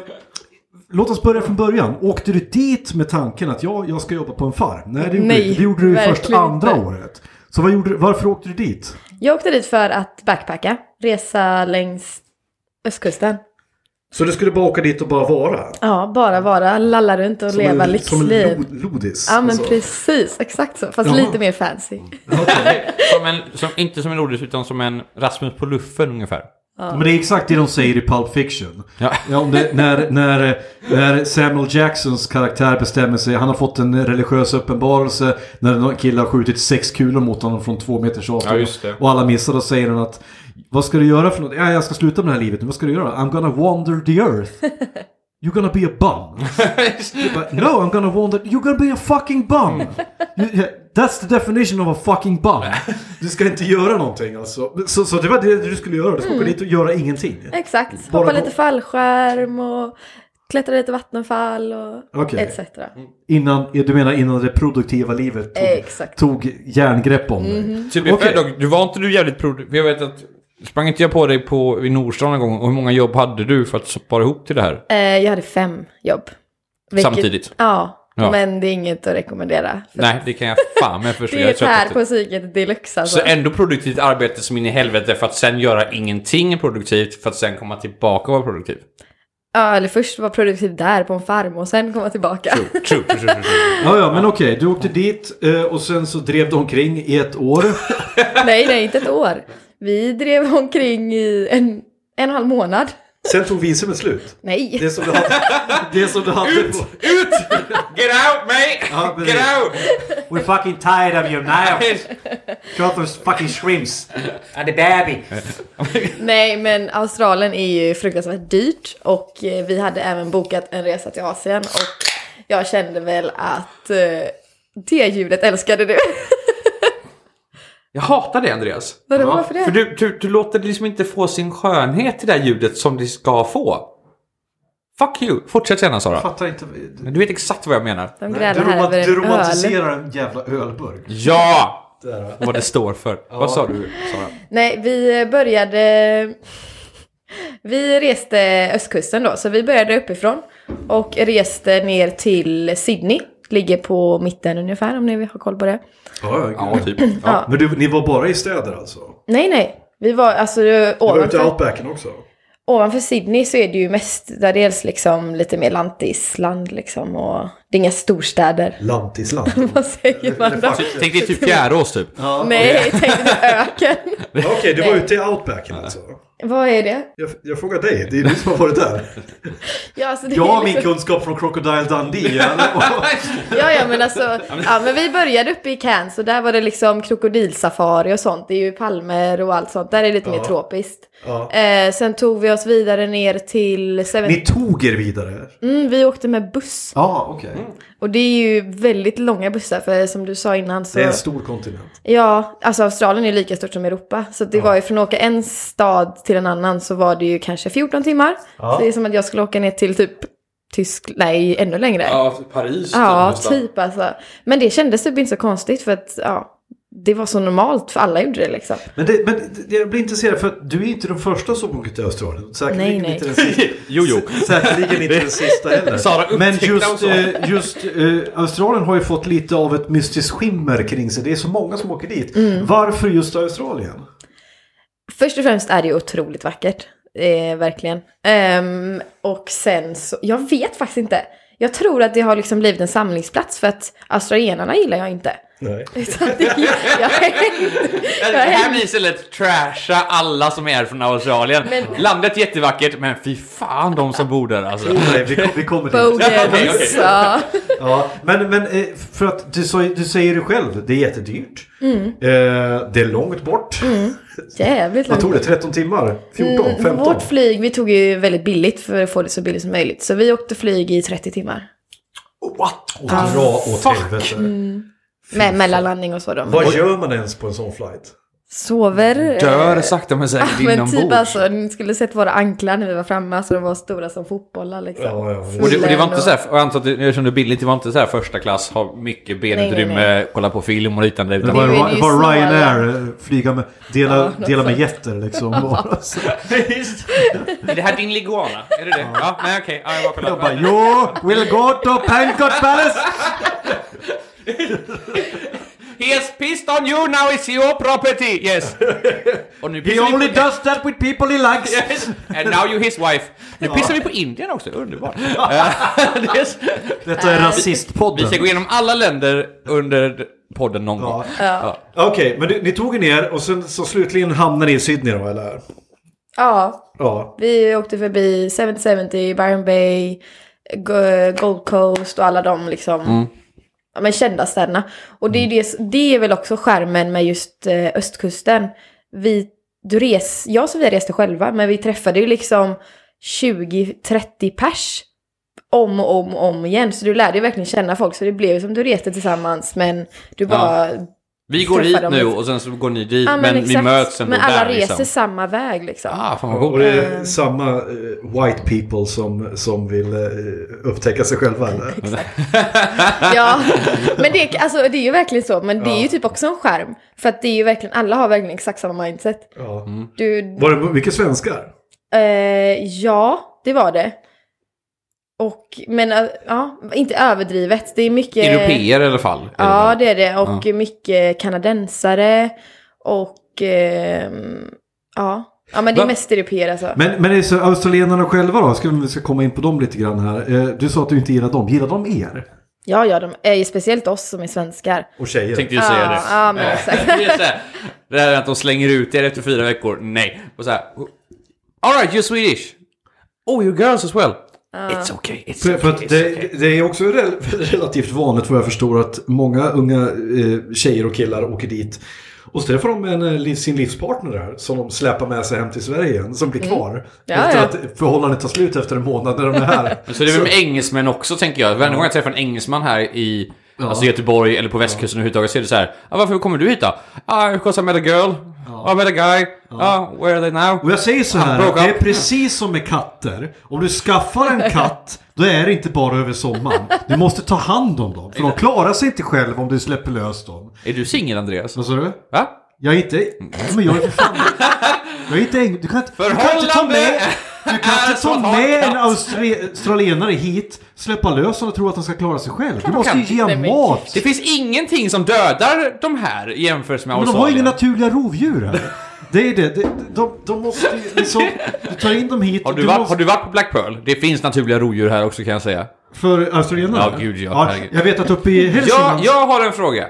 Speaker 2: Låt oss börja från början. Åkte du dit med tanken att ja, jag ska jobba på en farm? Nej, det gjorde
Speaker 3: Nej,
Speaker 2: du inte. Det gjorde du först
Speaker 3: verkligen
Speaker 2: andra
Speaker 3: inte.
Speaker 2: året. Så vad gjorde, du- varför åkte du dit?
Speaker 3: Jag åkte dit för att backpacka, resa längs östkusten.
Speaker 2: Så du skulle bara åka dit och bara vara?
Speaker 3: Ja, bara vara, lalla runt och leva lyxliv.
Speaker 2: lodis? alltså.
Speaker 3: Ja men precis, exakt så. Fast
Speaker 2: Jaha.
Speaker 3: lite mer fancy.
Speaker 2: Mm.
Speaker 1: som en, som, inte som en ordis, utan som en Rasmus på luffen ungefär.
Speaker 2: Men det är exakt det de säger i Pulp Fiction.
Speaker 1: Ja.
Speaker 2: om det, när, när, när Samuel Jacksons karaktär bestämmer sig, han har fått en religiös uppenbarelse när någon kille har skjutit sex kulor mot honom från två meters avstånd.
Speaker 1: Ja, just det.
Speaker 2: Och alla missar, då säger han att vad ska du göra för något? Ja, jag ska sluta med det här livet. Vad ska du göra? I'm gonna wander the earth. You're gonna be a bum. But no, I'm gonna warn that you're gonna be a fucking bum. You- yeah, That's the definition of a fucking bum. Du ska inte göra någonting alltså. Så, så det var det du skulle göra, du skulle åka dit och göra ingenting.
Speaker 3: Exakt.
Speaker 2: Bara
Speaker 3: Hoppa
Speaker 2: gå-
Speaker 3: lite fallskärm och klättra lite vattenfall och
Speaker 2: Okej. Mm.
Speaker 3: etc.
Speaker 2: Innan, du menar innan det produktiva livet tog,
Speaker 3: Exakt.
Speaker 2: tog järngrepp om dig?
Speaker 1: Typ okay.
Speaker 2: Okej.
Speaker 1: dock, du var inte du jävligt produktiv? Jag vet att... Sprang inte jag på dig på, i Nordstan någon gång? Och hur många jobb hade du för att spara ihop till det här?
Speaker 3: Eh, jag hade fem jobb.
Speaker 1: Samtidigt?
Speaker 3: Ja,
Speaker 1: Ja.
Speaker 3: men det är inget att rekommendera. För
Speaker 1: Nej, det kan jag fan med förstå.
Speaker 3: Det
Speaker 1: Jag
Speaker 3: är
Speaker 1: är trött
Speaker 3: tär
Speaker 1: efter-
Speaker 3: på psyket deluxe alltså.
Speaker 1: Så ändå produktivt arbete som in i helvete för att sen göra ingenting produktivt för att sen komma tillbaka och vara produktiv.
Speaker 3: Ja, eller först vara produktiv där på en farm och sen komma tillbaka.
Speaker 1: True, true, true, true, true.
Speaker 2: Ja, ja, men okej. Du åkte dit eh, och sen så drev du omkring i ett år.
Speaker 3: nej, nej, inte ett år. Vi drev omkring i en, en och en halv månad.
Speaker 2: Sen tog visumet slut.
Speaker 3: Nej.
Speaker 2: Det som du hade... Det som du hade
Speaker 1: Ut! Get out,
Speaker 2: Ja,
Speaker 1: mate!
Speaker 2: precis.
Speaker 1: Get out!
Speaker 2: We're fucking tired of you now. Cut those fucking shrimps. And the baby.
Speaker 3: Nej, men Australien är ju fruktansvärt dyrt och eh, vi hade även bokat en resa till Asien och jag kände väl att eh, det ljudet älskade du.
Speaker 1: Jag hatar det, Andreas.
Speaker 3: Vadå, varför det?
Speaker 1: För du, du, du låter det liksom inte få sin skönhet i det här ljudet som det ska få. Fuck you! Fortsätt gärna, Sara.
Speaker 2: Fattar inte.
Speaker 1: Du vet exakt vad jag menar.
Speaker 3: De
Speaker 2: Du,
Speaker 3: grälar här
Speaker 2: romant-
Speaker 3: över
Speaker 2: du
Speaker 3: en öl.
Speaker 2: romantiserar en jävla ölburk.
Speaker 1: Ja!
Speaker 2: Där, va?
Speaker 1: Vad det står för. Vad sa du, Sara?
Speaker 3: Nej, vi började... Vi reste östkusten då, så vi började uppifrån och reste ner till Sydney. Ligger på mitten ungefär om ni vill ha koll på det.
Speaker 1: Ja,
Speaker 2: Ja, ja, gud.
Speaker 1: typ. Ja.
Speaker 2: Men du, ni var bara i städer alltså?
Speaker 3: Nej, nej. Vi var alltså
Speaker 2: Du var ute i
Speaker 3: ovanför,
Speaker 2: outbacken också?
Speaker 3: ovanför Sydney så är det ju mestadels liksom lite mer lantisland liksom och det är inga storstäder.
Speaker 2: Lantisland.
Speaker 3: Vad säger man då?
Speaker 1: Tänk dig typ Fjärås, typ.
Speaker 3: Nej, tänk dig öken.
Speaker 2: Okej, du var ute i outbacken alltså?
Speaker 3: Vad är det?
Speaker 2: Jag, jag frågar dig, det är du som har varit där.
Speaker 3: Ja, alltså det är
Speaker 2: Jag har min
Speaker 3: liksom-
Speaker 2: kunskap från Crocodile Dundee. ja.
Speaker 3: Ja, ja, men alltså, ja, men vi började uppe i Cairns och där var det liksom krokodilsafari och sånt. Det är ju palmer och allt sånt. Där är det lite mer tropiskt.
Speaker 2: Ja.
Speaker 3: Eh, sen tog vi oss vidare ner till... Seven...
Speaker 2: Ni tog er vidare?
Speaker 3: Mm, vi åkte med buss.
Speaker 2: Ja, okej.
Speaker 3: Och det är ju väldigt långa bussar för som du sa innan så...
Speaker 2: Det är en stor kontinent.
Speaker 3: Ja, alltså Australien är ju lika stort som Europa. Så det var ju från att åka en stad till en annan så var det ju kanske 14 timmar. Så det är som att jag skulle åka ner till typ Tyskland, nej ännu längre.
Speaker 1: Ja, typ Paris.
Speaker 3: Ja,
Speaker 1: nästan.
Speaker 3: typ alltså. Men det kändes typ inte så konstigt för att ja, det var så normalt för alla gjorde det liksom.
Speaker 2: Men, det, men det- jag blir intresserad för att du är inte den första som åker till Australien. Säkerligen
Speaker 3: Nej, nej.
Speaker 2: inte den sista.
Speaker 1: Jo, jo.
Speaker 2: S- Säkerligen inte den sista heller.
Speaker 1: Sara upptäckte
Speaker 2: men just,
Speaker 1: alltså.
Speaker 2: eh, just eh, Australien har ju fått lite av ett mystiskt skimmer kring sig. Det är så många som åker dit. Varför just Australien?
Speaker 3: Först och främst är det ju otroligt vackert. Eh, verkligen. Ehm, och sen så, jag vet faktiskt inte. Jag tror att det har liksom blivit en samlingsplats för att australienarna gillar jag inte.
Speaker 2: Nej.
Speaker 3: Utan det, jag,
Speaker 1: Det här blir istället trasha alla som är från Australien.
Speaker 3: Men-
Speaker 1: Landet jättevackert, men fy fan de som bor där alltså.
Speaker 2: Nej, vi, kom- vi kommer dit.
Speaker 3: Bonus. ja.
Speaker 2: Ja, men, men eh, för att du, sa, du säger det själv, det är jättedyrt. Eh, det är långt bort.
Speaker 3: Jävligt
Speaker 2: Vad tog
Speaker 3: långt.
Speaker 2: det? 13 timmar? 14? 15?
Speaker 3: Vårt flyg, vi tog ju väldigt billigt för att få det så billigt som möjligt. Så vi åkte flyg i 30 timmar.
Speaker 1: What?
Speaker 2: Och dra åt helvete.
Speaker 3: Med mellanlandning och så då.
Speaker 2: Vad gör man ens på en sån flight?
Speaker 3: Sover. eh,
Speaker 1: Dör sakta men säkert
Speaker 3: Men typ
Speaker 1: inombords.
Speaker 3: alltså, ni skulle sett våra anklar när vi var framme. Alltså de var stora som fotbollar liksom.
Speaker 2: Ja, ja, visst.
Speaker 1: Och det, och det var inte så här, och jag antar att det, eftersom det är billigt, det var inte så här första klass, ha mycket
Speaker 3: Nej, nej,
Speaker 1: benutrymme, kolla på film och liknande.
Speaker 2: Det
Speaker 1: Utan
Speaker 2: var,
Speaker 3: Nu är det ju
Speaker 2: var
Speaker 3: snarare-
Speaker 2: Ryanair, eh, flyga med, dela, dela med jätter liksom. Bara så.
Speaker 1: är det här din liguana? Är det det? Ja, nej okej. Ja, jag bara
Speaker 2: Jag bara,
Speaker 1: kollar.
Speaker 2: jo, we'll go to Pancot Palace!
Speaker 1: He is pissed on you now, it's your property! Yes! Och nu
Speaker 2: He
Speaker 1: pissar
Speaker 2: only
Speaker 1: vi på...
Speaker 2: does that with people he likes!
Speaker 1: Yes. And now you his wife. Nu pissar vi på Indien också, underbart. Eh, det är så-
Speaker 2: Detta är
Speaker 1: Vi
Speaker 2: rasistpodden.
Speaker 1: ska gå igenom alla länder under podden någon gång.
Speaker 2: Ja. Okej, men du, ni tog er ner och sen så slutligen hamnade ni i Sydney då, eller?
Speaker 3: Ja,
Speaker 2: Ja.
Speaker 3: vi åkte förbi 7070, Byron Bay, Go- Gold Coast och alla de liksom.
Speaker 1: Mm.
Speaker 3: Ja, men kända städerna. Och det är, ju det, det är väl också skärmen med just eh, östkusten. Vi, du res, jag och Sofia reste själva, men vi träffade ju liksom 20-30 pers om och om och om igen. Så du lärde dig verkligen känna folk. Så det blev som du reste tillsammans men du bara... Ja,
Speaker 1: Vi går
Speaker 3: Träffa
Speaker 1: hit
Speaker 3: dem
Speaker 1: nu
Speaker 3: lite.
Speaker 1: och sen så går ni dit, men, vi
Speaker 3: exakt.
Speaker 1: möts ändå
Speaker 3: Men alla
Speaker 1: där
Speaker 3: reser
Speaker 1: liksom.
Speaker 3: samma väg liksom.
Speaker 1: Ah, fan vad
Speaker 4: Och
Speaker 1: coolt.
Speaker 4: det är
Speaker 3: Ehm.
Speaker 4: samma eh, white people som, som vill eh, upptäcka sig själva. eller?
Speaker 3: Ja, men det, alltså, det är ju verkligen så. Men det är ju typ också en skärm. För att det är ju verkligen, alla har verkligen exakt samma mindset.
Speaker 4: Ja.
Speaker 3: Du,
Speaker 4: Var det mycket svenskar?
Speaker 3: eh, ja, det var det. Och, men eh, ja, inte överdrivet. Det är mycket...
Speaker 1: Europeer i alla fall. är det
Speaker 3: Ja,
Speaker 1: väl?
Speaker 3: det är det. Och mycket kanadensare. Och ehm, ja. ja, men det är
Speaker 1: Va-
Speaker 3: mest europeer alltså.
Speaker 2: Men, men är det så australienarna själva då? Ska vi ska komma in på dem lite grann här. Eh, Du sa att du inte gillar dem. Gillar de er?
Speaker 3: Ja, ja, de är ju speciellt oss som är svenskar.
Speaker 4: Och tjejer?
Speaker 1: Jag tänkte ju säga
Speaker 3: Ja,
Speaker 1: det.
Speaker 3: ja, men exakt.
Speaker 1: det, är så här, det här att de slänger ut er efter fyra veckor. Nej. Och så här. Alright, you're Swedish. Oh, you're girls as well. It's okay, it's
Speaker 2: För,
Speaker 1: okay,
Speaker 2: för att
Speaker 1: it's
Speaker 2: det,
Speaker 1: okay.
Speaker 2: det är också rel relativt vanligt vad jag förstår att många unga eh, tjejer och killar åker dit. Och så träffar de en, eh, liv- sin livspartner där som de släpar med sig hem till Sverige igen, som blir kvar.
Speaker 3: Mm. Ja,
Speaker 2: efter
Speaker 3: ja.
Speaker 2: att förhållandet tar slut efter en månad när de är här.
Speaker 1: Men Så det är väl med engelsmän också, tänker jag. Varje gång jag träffar en engelsman här i alltså Göteborg eller på västkusten överhuvudtaget så är det så här. Ah, varför kommer du hit då? Ah, because I met a girl. I met a guy. Ah, where are they now?
Speaker 2: Och jag säger så här,
Speaker 1: Han broke
Speaker 2: att det är
Speaker 1: up.
Speaker 2: precis som med katter. Om du skaffar en katt, då är det inte bara över sommaren. Du måste ta hand om dem, för de klarar sig inte själva om du släpper lös dem.
Speaker 1: Är du singel, Andreas?
Speaker 2: Vad sa du?
Speaker 1: Va?
Speaker 2: Jag är inte...
Speaker 1: Mm.
Speaker 2: Men jag är för fan... Jag är inte eng... Du kan inte, du kan inte ta
Speaker 1: Förhållande
Speaker 2: med... Du kan inte ta
Speaker 1: som
Speaker 2: med
Speaker 1: har
Speaker 2: en austre- australienare hit, släppa lös honom och tro att han ska klara sig själv. Du måste
Speaker 1: kan.
Speaker 2: ju ge
Speaker 3: Nej,
Speaker 2: honom
Speaker 3: men
Speaker 2: mat.
Speaker 1: Det finns ingenting som dödar de här jämfört med
Speaker 2: Men de har ju inga
Speaker 1: Australien.
Speaker 2: naturliga rovdjur här. Det är det. De, de, de måste ju liksom... Du tar in dem hit.
Speaker 1: Har du, varit,
Speaker 2: måste-
Speaker 1: har du varit på Black Pearl? Det finns naturliga rovdjur här också kan jag säga.
Speaker 2: För australienarna?
Speaker 1: Ja, gud, ja, herregud.
Speaker 2: jag vet att uppe i
Speaker 1: Jag,
Speaker 2: Hälsingland...
Speaker 1: jag har en fråga.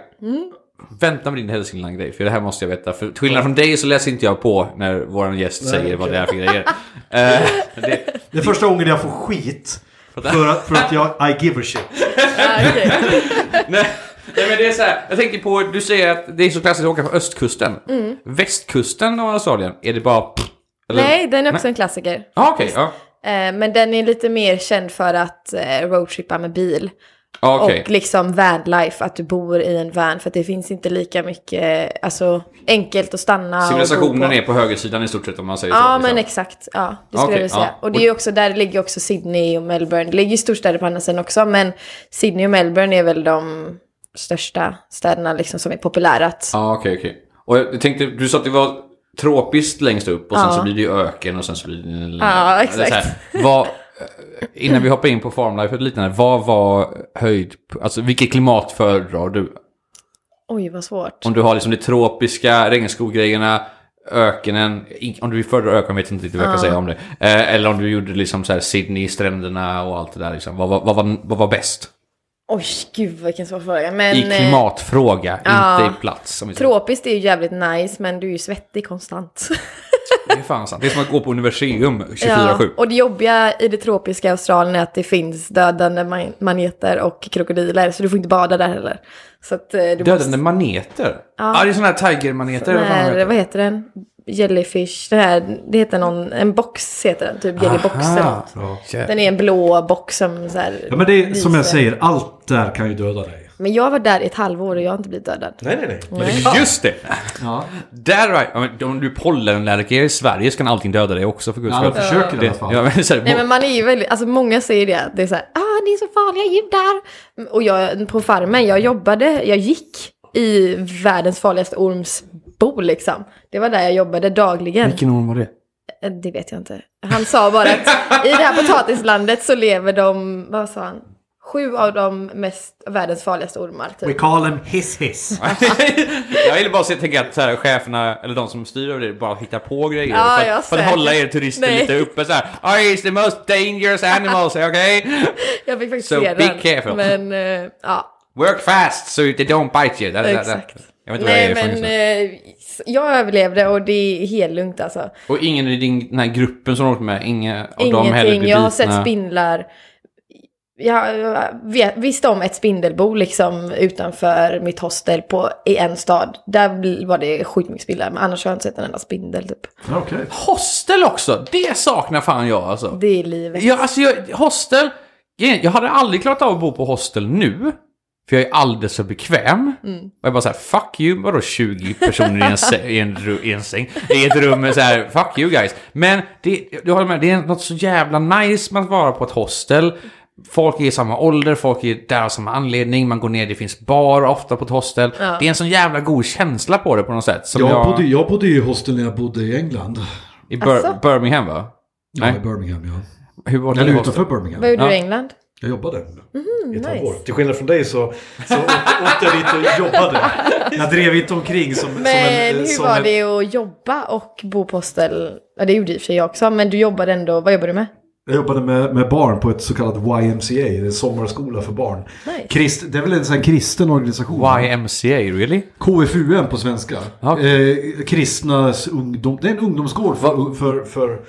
Speaker 1: Vänta med din Hälsingland-grej, för det här måste jag veta. För till skillnad från dig så läser inte jag på när vår gäst säger vad det är för grejer. Eh, det,
Speaker 2: Det är första gången jag får skit. För att, för att jag... I give a shit.
Speaker 3: Ja, okej.
Speaker 1: nej, nej, men det är så här. Jag tänker på, du säger att det är så klassiskt att åka på östkusten.
Speaker 3: Mm.
Speaker 1: Västkusten av Australien, är det bara... eller-
Speaker 3: Nej, den är också en klassiker.
Speaker 1: Ah, Okej, ja.
Speaker 3: Eh, Men den är lite mer känd för att eh, roadtrippa med bil.
Speaker 1: Ah, okej.
Speaker 3: Och liksom vanlife, att du bor i en van. För att det finns inte lika mycket, alltså enkelt att stanna och bo
Speaker 1: Civilisationen
Speaker 3: på.
Speaker 1: är på högersidan i stort sett om man säger så.
Speaker 3: Ja,
Speaker 1: liksom.
Speaker 3: men exakt. Ja, det skulle
Speaker 1: Okej,
Speaker 3: jag vilja säga.
Speaker 1: ja.
Speaker 3: Och det är ju också, där ligger också Sydney och Melbourne. Det ligger ju storstäder på andra sidan också, men Sydney och Melbourne är väl de största städerna liksom som är populära. Att,
Speaker 1: Ja, okej, okej. Och jag tänkte, du sa att det var tropiskt längst upp och sen så blir det ju öken och sen så blir det...
Speaker 3: Ja,
Speaker 1: Eller
Speaker 3: exakt.
Speaker 1: Så här, vad, eh, innan vi hoppar in på farmlife och liknande, vad var höjd... Alltså vilket klimat föredrar du?
Speaker 3: Oj, vad svårt.
Speaker 1: Om du har liksom det tropiska, regnskoggrejerna, ökenen, in- om du föredrar öken vet jag inte riktigt vad jag kan säga om det. Eh, eller om du gjorde liksom så här Sydney, stränderna och allt det där liksom. Vad, vad, vad, var- vad var bäst?
Speaker 3: Oj, gud vilken svår fråga. Men,
Speaker 1: I
Speaker 3: eh,
Speaker 1: klimatfråga,
Speaker 3: ja.
Speaker 1: inte i plats. Som vi säger.
Speaker 3: Tropiskt är ju jävligt nice, men du är ju svettig konstant.
Speaker 1: det är fan sant. Det är som att gå på universum 24-7.
Speaker 3: Och det jobbiga i det tropiska Australien är att det finns dödande man- maneter och krokodiler, så du får inte bada där heller. Så att, eh, du
Speaker 1: Dödande maneter? Ja, det är sådana här tigermaneter.
Speaker 3: Den
Speaker 1: eller vad fan de
Speaker 3: här,
Speaker 1: heter.
Speaker 3: vad heter den? Jellyfish. Den här, det heter någon, en box heter den. Typ jellybox eller
Speaker 1: Aha.
Speaker 3: något.
Speaker 2: Ja.
Speaker 3: Den är en blå box som så här
Speaker 2: Ja, men det är som jag
Speaker 3: lyser.
Speaker 2: säger, allt där kan ju döda dig.
Speaker 3: Men jag var där i ett halvår och jag har inte blivit dödad.
Speaker 4: Nej, nej, nej.
Speaker 1: Just det!
Speaker 2: Ja,
Speaker 1: Där right. ja, men Om du är pollenallergiker i Sverige så kan allting döda dig också för guds
Speaker 2: jag
Speaker 1: skull.
Speaker 2: försöker i alla
Speaker 1: Det,
Speaker 2: fall.
Speaker 1: ja, men, så här,
Speaker 3: Nej men man är ju väldigt, alltså många säger det, att det är så här, ah det är så farliga djur där. Och jag, på farmen, jag jobbade, jag gick i världens farligaste orms bo liksom. Det var där jag jobbade dagligen.
Speaker 1: Vilken orm var det?
Speaker 3: Eh, Det vet jag inte. Han sa bara att i det här potatislandet så lever de, vad sa han? Sju av de mest, världens farligaste ormar.
Speaker 2: We
Speaker 3: Typ.
Speaker 2: call him hiss hiss.
Speaker 1: jag vill bara se, tänka att så här, cheferna, eller de som styr över det, bara hittar på grejer
Speaker 3: Ja,
Speaker 1: för,
Speaker 3: ja,
Speaker 1: att, för att
Speaker 3: säkert.
Speaker 1: hålla er turister
Speaker 3: Nej.
Speaker 1: lite uppe så här. Oh, it's the most dangerous animals, okay?
Speaker 3: Jag fick faktiskt
Speaker 1: So
Speaker 3: se
Speaker 1: be
Speaker 3: den.
Speaker 1: careful.
Speaker 3: Men eh, ja,
Speaker 1: Work fast so they don't bite you. Där, där, där.
Speaker 3: exakt.
Speaker 1: Jag vet inte vad jag
Speaker 3: Nej
Speaker 1: är liksom? från
Speaker 3: men
Speaker 1: just nu.
Speaker 3: eh, s- jag överlevde och det är helt lugnt alltså.
Speaker 1: Och ingen i din, den här gruppen som du åkt med, inga av dem heller
Speaker 3: Ingenting,
Speaker 1: blir
Speaker 3: jag
Speaker 1: bitna.
Speaker 3: har sett spindlar. Jag jag vet- visste om ett spindelbo liksom utanför mitt hostel på, i en stad. Där bl- var det skitmycket spindlar, men annars har jag inte sett en enda spindel typ.
Speaker 2: Ja, okej.
Speaker 1: Hostel också, det saknar fan jag alltså.
Speaker 3: Det är livet.
Speaker 1: Ja, alltså jag, hostel, Grejen- Jag hade aldrig klarat av att bo på hostel nu. För jag är alldeles för bekväm. Och jag bara så här, fuck you, vadå 20 personer i en, sä- i en, ru- i en säng? I ett rum med så här, fuck you guys. Men det, du håller med, det är något så jävla nice med att vara på ett hostel. Folk är i samma ålder, folk är där av samma anledning, man går ner, det finns bar ofta på ett hostel. Det är en sån jävla god känsla på det på något sätt. Som jag,
Speaker 2: Jag bodde, jag bodde ju i hostel när jag bodde i England.
Speaker 1: I Bir-
Speaker 3: Asså?
Speaker 1: Birmingham va?
Speaker 2: Ja,
Speaker 1: Nej.
Speaker 2: i Birmingham, ja.
Speaker 1: Hur var det
Speaker 2: Eller
Speaker 1: hostel?
Speaker 2: utanför Birmingham.
Speaker 3: Vad gjorde
Speaker 1: Ja.
Speaker 3: du i England?
Speaker 2: Jag jobbade i ett
Speaker 3: nice.
Speaker 2: halvår. Till skillnad från dig så, så åkte, åkte jag dit och jobbade. Jag drev inte omkring som, som
Speaker 3: Men
Speaker 2: en... eh,
Speaker 3: hur
Speaker 2: som
Speaker 3: var
Speaker 2: en,
Speaker 3: det att jobba och bo på hostel? Ja, det gjorde i och för sig jag också, men du jobbade ändå, vad jobbade du med?
Speaker 2: Jag jobbade med, med barn på ett så kallat YMCA, en sommarskola för barn.
Speaker 3: Nice.
Speaker 2: Krist, det är väl en sån här kristen organisation?
Speaker 1: YMCA, really?
Speaker 2: KFUM på svenska.
Speaker 1: Ja.
Speaker 2: Eh, kristnas ungdom... Det är en ungdomsgård för... för, för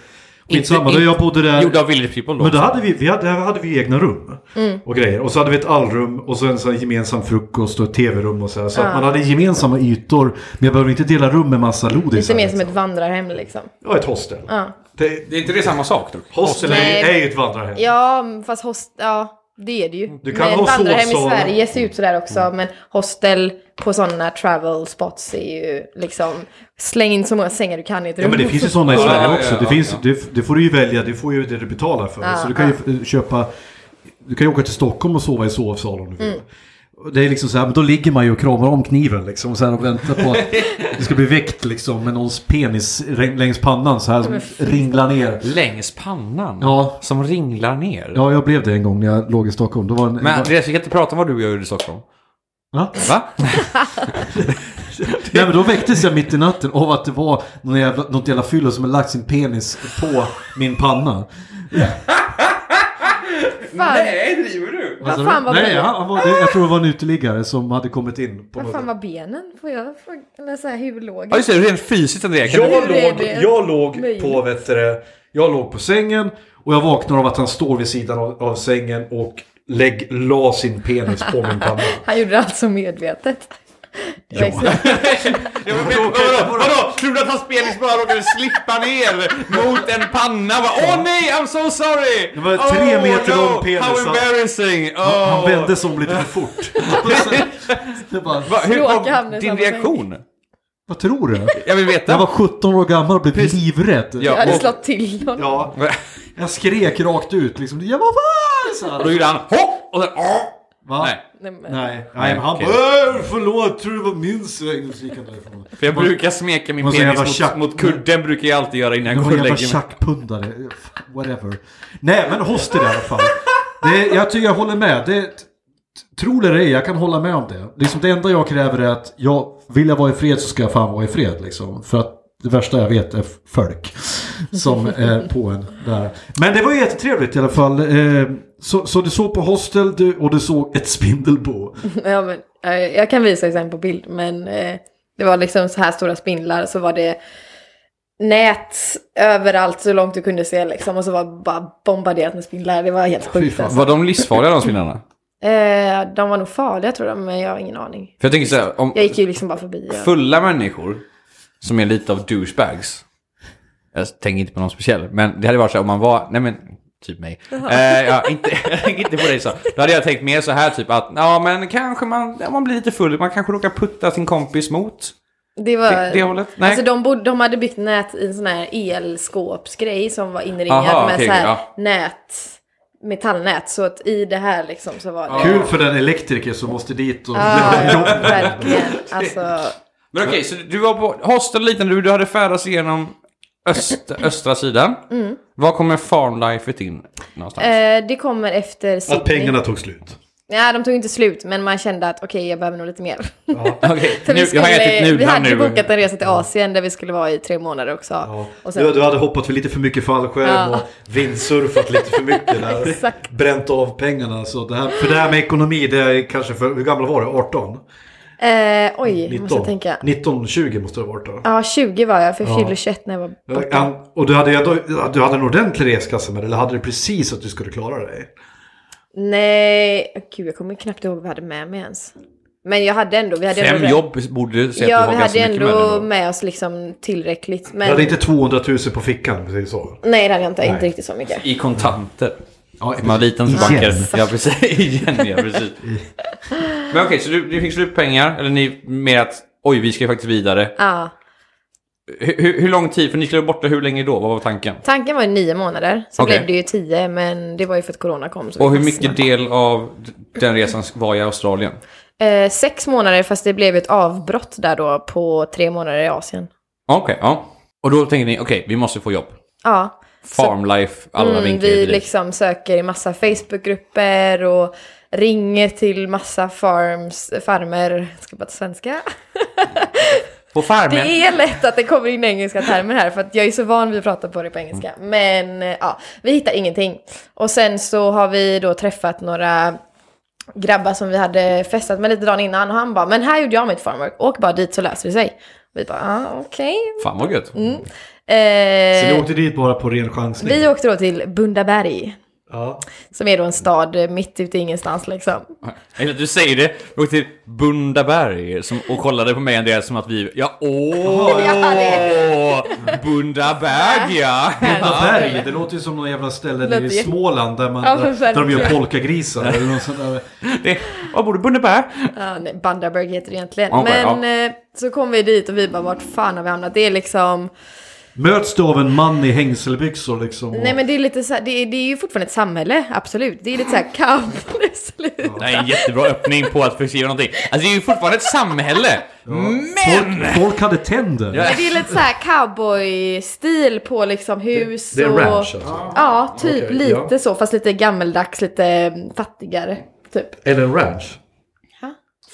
Speaker 2: skitsamma,
Speaker 1: Inte-
Speaker 2: då jag bodde där...
Speaker 1: Gjord av Village People då?
Speaker 2: Men då hade vi, vi hade, där hade vi egna rum
Speaker 3: Mm.
Speaker 2: och grejer. Och så hade vi ett allrum och så en sån här gemensam frukost och ett tv-rum och så här. Så att man hade gemensamma ytor. Men jag behövde inte dela rum med massa lodisar.
Speaker 3: Lite mer som
Speaker 2: liksom.
Speaker 3: ett vandrarhem liksom.
Speaker 2: Ja, ett hostel.
Speaker 3: Ja,
Speaker 2: Det,
Speaker 1: Det är inte det samma sak dock?
Speaker 2: hostel
Speaker 3: Nej.
Speaker 2: är, är ju ett vandrarhem.
Speaker 3: ja fast host, ja det är det ju.
Speaker 2: Du kan ha
Speaker 3: men
Speaker 2: Mm.
Speaker 3: vandrarhem i
Speaker 2: sovsalar.
Speaker 3: Sverige ser ut sådär också, men hostel på sådana travel spots är ju liksom släng in så många sängar du kan i ett rum.
Speaker 2: Ja men det finns ju sådana i
Speaker 1: Ja,
Speaker 2: Sverige
Speaker 1: ja,
Speaker 2: också.
Speaker 1: ja,
Speaker 2: det,
Speaker 1: ja,
Speaker 2: finns,
Speaker 1: ja.
Speaker 2: Det, det får du ju välja, du får ju det du betalar för.
Speaker 3: Ja,
Speaker 2: så du kan ju f- köpa, du kan ju åka till Stockholm och sova i sovsal om du
Speaker 3: Mm.
Speaker 2: vill. Och Det är liksom så här, men då ligger man ju och kramar om kniven liksom så här och väntar på att det ska bli väckt liksom med någons penis re- längs pannan så här som ringlar ner.
Speaker 1: Längs pannan?
Speaker 2: Ja.
Speaker 1: Som ringlar ner?
Speaker 2: Ja, jag blev det en gång när jag låg i Stockholm. Det var en,
Speaker 1: Men
Speaker 2: en,
Speaker 1: Andreas, vi kan inte prata om vad du och jag gjorde i Stockholm.
Speaker 2: Va?
Speaker 1: Va?
Speaker 2: Nej men då väcktes jag mitt i natten av att det var någon jävla, något jävla fyllo som hade lagt sin penis på min panna.
Speaker 3: Fan,
Speaker 1: driver du?
Speaker 3: Vad fan var
Speaker 2: alltså, Nej,
Speaker 3: det?
Speaker 2: han, han var, det- jag tror det var en uteliggare som hade kommit in. På
Speaker 3: vad
Speaker 2: något
Speaker 3: fan var benen? Får jag fråga? Eller så här, hur låg?
Speaker 1: Ja just det, rent fysiskt Andreas. Kan
Speaker 2: Jag
Speaker 1: du...
Speaker 3: Hur är
Speaker 2: låg,
Speaker 3: det
Speaker 2: jag låg
Speaker 3: möjligt?
Speaker 2: på vet du, det, jag låg på sängen och jag vaknar av att han står vid sidan av, av sängen och lägg, la sin penis på min panna.
Speaker 3: Han gjorde det alltså medvetet. Det var extra-
Speaker 1: Ja, men, vadå, vadå, vadå? Tror du att hans penis bara råkade slippa ner mot en panna? Bara, Åh nej, I'm so sorry! Oh,
Speaker 2: Det var tre meter lång penis,
Speaker 1: How
Speaker 2: han-
Speaker 1: embarrassing! Oh.
Speaker 2: Han vände sig om lite för fort. Det bara,
Speaker 1: Va, hur
Speaker 3: Råkade hamna
Speaker 1: var
Speaker 3: i
Speaker 1: din
Speaker 3: samma säng.
Speaker 1: reaktion?
Speaker 2: vad tror du?
Speaker 1: Jag vill
Speaker 2: Jag var
Speaker 1: veta.
Speaker 2: 17 år gammal och blev livrädd.
Speaker 3: Jag hade
Speaker 1: och-
Speaker 3: slått till honom.
Speaker 2: Ja, jag skrek rakt ut liksom. Jag var fan! Så
Speaker 1: Då
Speaker 2: här.
Speaker 1: gjorde han hopp och sen åh!
Speaker 2: Va?
Speaker 1: Nej,
Speaker 3: Nej, men-
Speaker 2: Nej, nej men han
Speaker 1: okej.
Speaker 2: bara "Äh, förlåt, tror det var min säng. Och så gick han därifrån.
Speaker 1: för jag brukar smeka min
Speaker 2: Man säger jävla
Speaker 1: penis mot,
Speaker 2: tjack.
Speaker 1: mot kudden brukar jag alltid göra innan jag
Speaker 2: Det
Speaker 1: går
Speaker 2: var
Speaker 1: och
Speaker 2: en jävla
Speaker 1: lägger mig.
Speaker 2: tjackpundare. Whatever. Nej, men hostel i alla fall. Det, jag tycker jag håller med. Det, t- tro det eller ej, jag kan hålla med om det. Liksom det enda jag kräver är att jag, vill jag vara i fred så ska jag fan vara i fred. Liksom. För att det värsta jag vet är f- folk som är på en där. Men det var ju jättetrevligt i alla fall. Eh, Så, så du såg på hostel du, och du såg ett spindelbo.
Speaker 3: Ja, men, eh, jag kan visa sen på bild, men eh, det var liksom så här stora spindlar, så var det nät överallt så långt du kunde se liksom, och så var det bara bombarderat med spindlar. Det var helt
Speaker 2: Fy
Speaker 3: sjukt.
Speaker 2: fan.
Speaker 3: Alltså.
Speaker 1: Var de livsfarliga de spindlarna?
Speaker 3: Eh, de var nog farliga tror jag, men jag har ingen aning.
Speaker 1: För jag tänker så här, om
Speaker 3: Jag gick ju liksom bara förbi. Och...
Speaker 1: fulla människor som är lite av douchebags. Jag tänker inte på någon speciell, men det hade varit så här om man var, nej men typ mig. Eh, ja, inte, jag tänker inte på dig så. Då hade jag tänkt mer så här typ att, ja men kanske man, om man blir lite full, man kanske råkar putta sin kompis mot.
Speaker 3: Det var...
Speaker 1: Det- det hållet? Nej.
Speaker 3: Alltså de, bod, de hade byggt nät i en sån här elskåpsgrej som var inringad
Speaker 1: Aha,
Speaker 3: med
Speaker 1: okej,
Speaker 3: så här
Speaker 1: ja.
Speaker 3: nät, metallnät. Så att i det här liksom så var det...
Speaker 2: Kul för den elektriker som måste dit och...
Speaker 3: Ja, ja, verkligen. Alltså,
Speaker 1: Men okej, så du var på hostel liten, du, du hade färdats igenom öst, östra sidan. Var kommer farmlifet in någonstans?
Speaker 3: Mm. eh, det kommer efter Sydney.
Speaker 2: Att pengarna tog slut.
Speaker 3: Nej, de tog inte slut, men man kände att okej, jag behöver nog lite mer.
Speaker 1: Okej,
Speaker 3: För
Speaker 1: nu,
Speaker 3: vi, skulle,
Speaker 1: jag har ätit
Speaker 3: vi
Speaker 1: nudlar
Speaker 3: hade ju
Speaker 1: nu.
Speaker 3: bokat en resa till Asien där vi skulle vara i tre månader också.
Speaker 2: Ja.
Speaker 3: Och sen,
Speaker 2: Du, du hade hoppat för lite för mycket fallskärm
Speaker 3: Ja.
Speaker 2: och vindsurfat lite för mycket där.
Speaker 3: Exakt.
Speaker 2: Bränt av pengarna. Så det här, för det här med ekonomi, det är kanske för, hur gamla var du? 18?
Speaker 3: eh, oj,
Speaker 2: 19?
Speaker 3: måste jag tänka.
Speaker 2: 19, 20 måste det ha varit då.
Speaker 3: Ja, 20 var jag, för jag fyllde 21 när jag var borta.
Speaker 2: Ja, Och du hade, ju ändå- du hade en ordentlig reskassa med dig, eller hade du precis att du skulle klara dig?
Speaker 3: Nej, gud, jag kommer knappt ihåg vad jag hade med mig ens. Men jag hade ändå, vi hade
Speaker 1: Fem
Speaker 3: ändå...
Speaker 1: jobb borde du säga
Speaker 3: Ja,
Speaker 1: att du
Speaker 3: vi
Speaker 1: har ganska
Speaker 3: hade
Speaker 1: mycket med dig
Speaker 3: ändå
Speaker 1: ändå.
Speaker 3: med oss liksom tillräckligt. Men...
Speaker 2: Du hade inte 200 000 på fickan, om vi säger så.
Speaker 3: Nej, det hade jag inte.
Speaker 2: Nej.
Speaker 3: Inte riktigt så mycket.
Speaker 1: I kontanter.
Speaker 2: Ja, Ja,
Speaker 1: Man var liten så
Speaker 5: Igen.
Speaker 1: bankade. Ja, precis. Igen, ja, precis. Men okej, så du, du fick slut pengar, eller ni med att oj, vi ska ju faktiskt vidare.
Speaker 3: Ja.
Speaker 1: Hur, hur- hur lång tid, för ni skulle vara borta hur länge då? Vad var tanken?
Speaker 3: Tanken var ju nio månader, så
Speaker 1: Okej.
Speaker 3: blev det ju tio, men det var ju för att corona kom. Så vi
Speaker 1: Och hur
Speaker 3: fastnade.
Speaker 1: mycket del av d- den resan var i Australien?
Speaker 3: Eh, sex månader, fast det blev ett avbrott där då på tre månader i Asien.
Speaker 1: Okej, ja. Och då tänkte ni, okej, vi måste få jobb.
Speaker 3: Ja. Så-
Speaker 1: Farmlife, alla
Speaker 3: Mm,
Speaker 1: vinklar.
Speaker 3: vi
Speaker 1: hit.
Speaker 3: liksom söker i massa Facebookgrupper och ringer till massa farms, farmer, ska bara ta svenska.
Speaker 1: På farmen?
Speaker 3: Det är lätt att det kommer in engelska termer här för att jag är så van vid att prata på det på engelska. Men eh, ja, vi hittar ingenting. Och sen så har vi då träffat några grabbar som vi hade festat med lite dagen innan och han bara, men här gjorde jag mitt farmwork, åk bara dit så löser det sig. Vi bara, ah, okej.
Speaker 1: Fan vad gött.
Speaker 3: Eh,
Speaker 2: Så ni åkte dit bara på ren chansning?
Speaker 3: vi åkte då till Bundaberg.
Speaker 2: Ja.
Speaker 3: Som är då en stad eh, mitt ute i ingenstans liksom.
Speaker 1: Eller du säger det, vi åkte till Bundaberg som, och kollade på mig Andreas som att vi, ja åh,
Speaker 3: Ja,
Speaker 1: Bundaberg ja.
Speaker 2: Berg, det låter ju som någon jävla ställe nere i
Speaker 3: Låter jätte-
Speaker 2: Småland där, man,
Speaker 3: Ja, men
Speaker 2: där de gör
Speaker 3: verkligen.
Speaker 2: polkagrisar eller något sånt där.
Speaker 1: Det, var bor du? Bundaberg?
Speaker 3: Ja, nej, Bundaberg heter det egentligen.
Speaker 1: Okej,
Speaker 3: Men eh, så kom vi dit och vi bara, vart fan har vi hamnat? Det är liksom
Speaker 2: Möts du av en man i hängselbyxor liksom? och-
Speaker 3: Nej men det är lite så här, det, är, det är ju fortfarande ett samhälle, absolut. Det är lite så här kamp, det slutar.
Speaker 1: Det här är en jättebra öppning på att förskriva någonting. Alltså det är ju fortfarande ett samhälle. Men!
Speaker 2: folk, folk hade tänder!
Speaker 1: Ja.
Speaker 3: Det är lite så här cowboy-stil på liksom hus
Speaker 2: Det är
Speaker 3: och...
Speaker 2: ranch alltså?
Speaker 3: Ja, typ
Speaker 2: Okej,
Speaker 3: lite
Speaker 2: ja.
Speaker 3: så, fast lite gammeldags, lite fattigare. Typ.
Speaker 2: Eller en ranch?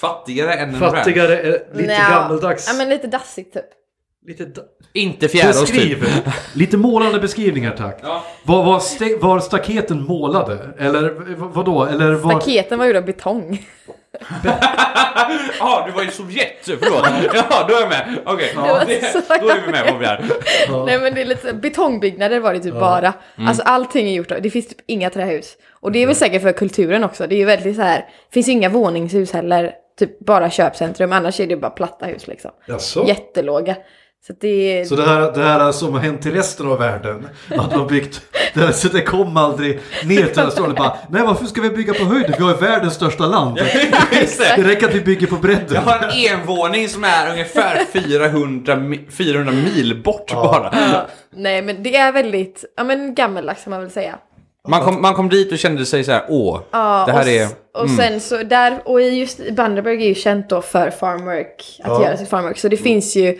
Speaker 1: Fattigare än en ranch.
Speaker 2: Fattigare, eh, lite
Speaker 3: Nja,
Speaker 2: gammeldags.
Speaker 3: Ja men lite dassigt typ.
Speaker 2: lite da-
Speaker 1: Inte fjärås typ.
Speaker 2: Beskriv! lite målande beskrivningar tack.
Speaker 1: Ja.
Speaker 2: Var, var, ste- var staketen målade? Eller v- vadå? Eller var...
Speaker 3: Paketen var gjord av betong.
Speaker 1: Ja, ah, du var i Sovjet, förlåt. Ja, då är jag med. Okej,
Speaker 3: var
Speaker 1: Det-
Speaker 3: så
Speaker 1: då är vi med på det här.
Speaker 3: Nej men det är lite, betongbyggnader var det typ bara.
Speaker 1: Mm.
Speaker 3: Alltså allting är gjort av, det finns typ inga trähus. Och det är väl säkert för kulturen också, det är ju väldigt så här, finns ju inga våningshus heller. Typ bara köpcentrum, annars är det bara platta hus liksom.
Speaker 2: Jaså?
Speaker 3: Jättelåga. Så att det
Speaker 2: Så det här, det här som har hänt i resten av världen, att man byggt, det här, så det kom aldrig ner till Australien bara, nej varför ska vi bygga på höjden? Vi har ju världens största land.
Speaker 1: Just det.
Speaker 2: Det räcker att vi bygger på
Speaker 1: Jag
Speaker 2: bredden.
Speaker 1: har en envåning som är ungefär 400, mi- 400 mil bort bara.
Speaker 3: Ja, nej men det är väldigt, ja men gammeldags kan man väl säga.
Speaker 1: Man kom, man kom dit och kände sig så här, åh,
Speaker 3: Ja,
Speaker 1: det här
Speaker 3: och,
Speaker 1: är... mm.
Speaker 3: s- och sen så där, och i just Bundaberg är ju känt då för farmwork, att göra sitt farmwork. Så det
Speaker 1: Mm.
Speaker 3: finns ju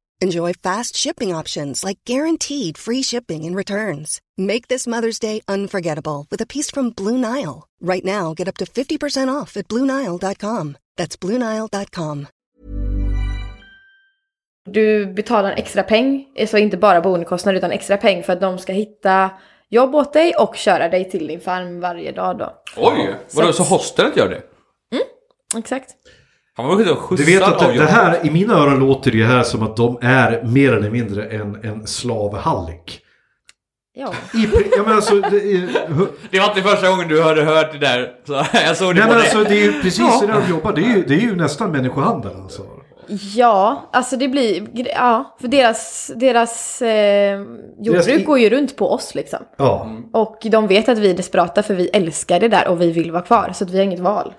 Speaker 6: Enjoy fast shipping options like guaranteed free shipping and returns. Make this Mother's Day unforgettable with a piece from Blue Nile. Right now, get up to 50% off at BlueNile.com. That's BlueNile.com.
Speaker 3: du betalar en extra peng, så inte bara boendekostnader utan extra peng för att de ska hitta jobb åt dig och köra dig till din farm varje dag då.
Speaker 1: Oj! Vadå, så hostelet gör det?
Speaker 3: Exakt.
Speaker 1: Han var ju skjutsad
Speaker 2: Du vet att
Speaker 1: av
Speaker 2: det, det
Speaker 1: jobbet.
Speaker 2: här, i mina öron låter det här som att de är mer eller mindre en, en slavhallik.
Speaker 3: Ja.
Speaker 2: I, pri- ja, men alltså, det, är-
Speaker 1: Det var inte första gången du hade hört det där. Så jag såg det
Speaker 2: nej
Speaker 1: på
Speaker 2: men
Speaker 1: dig.
Speaker 2: alltså det är ju precis det där de jobbar, det är ju, det är ju nästan människohandel alltså.
Speaker 3: Ja, alltså det blir, ja, för deras, deras eh, jordbruk
Speaker 2: Deras i-
Speaker 3: går ju runt på oss liksom.
Speaker 2: Ja.
Speaker 1: Mm.
Speaker 3: Och de vet att vi är desperata för vi älskar det där och vi vill vara kvar, så att vi har inget val.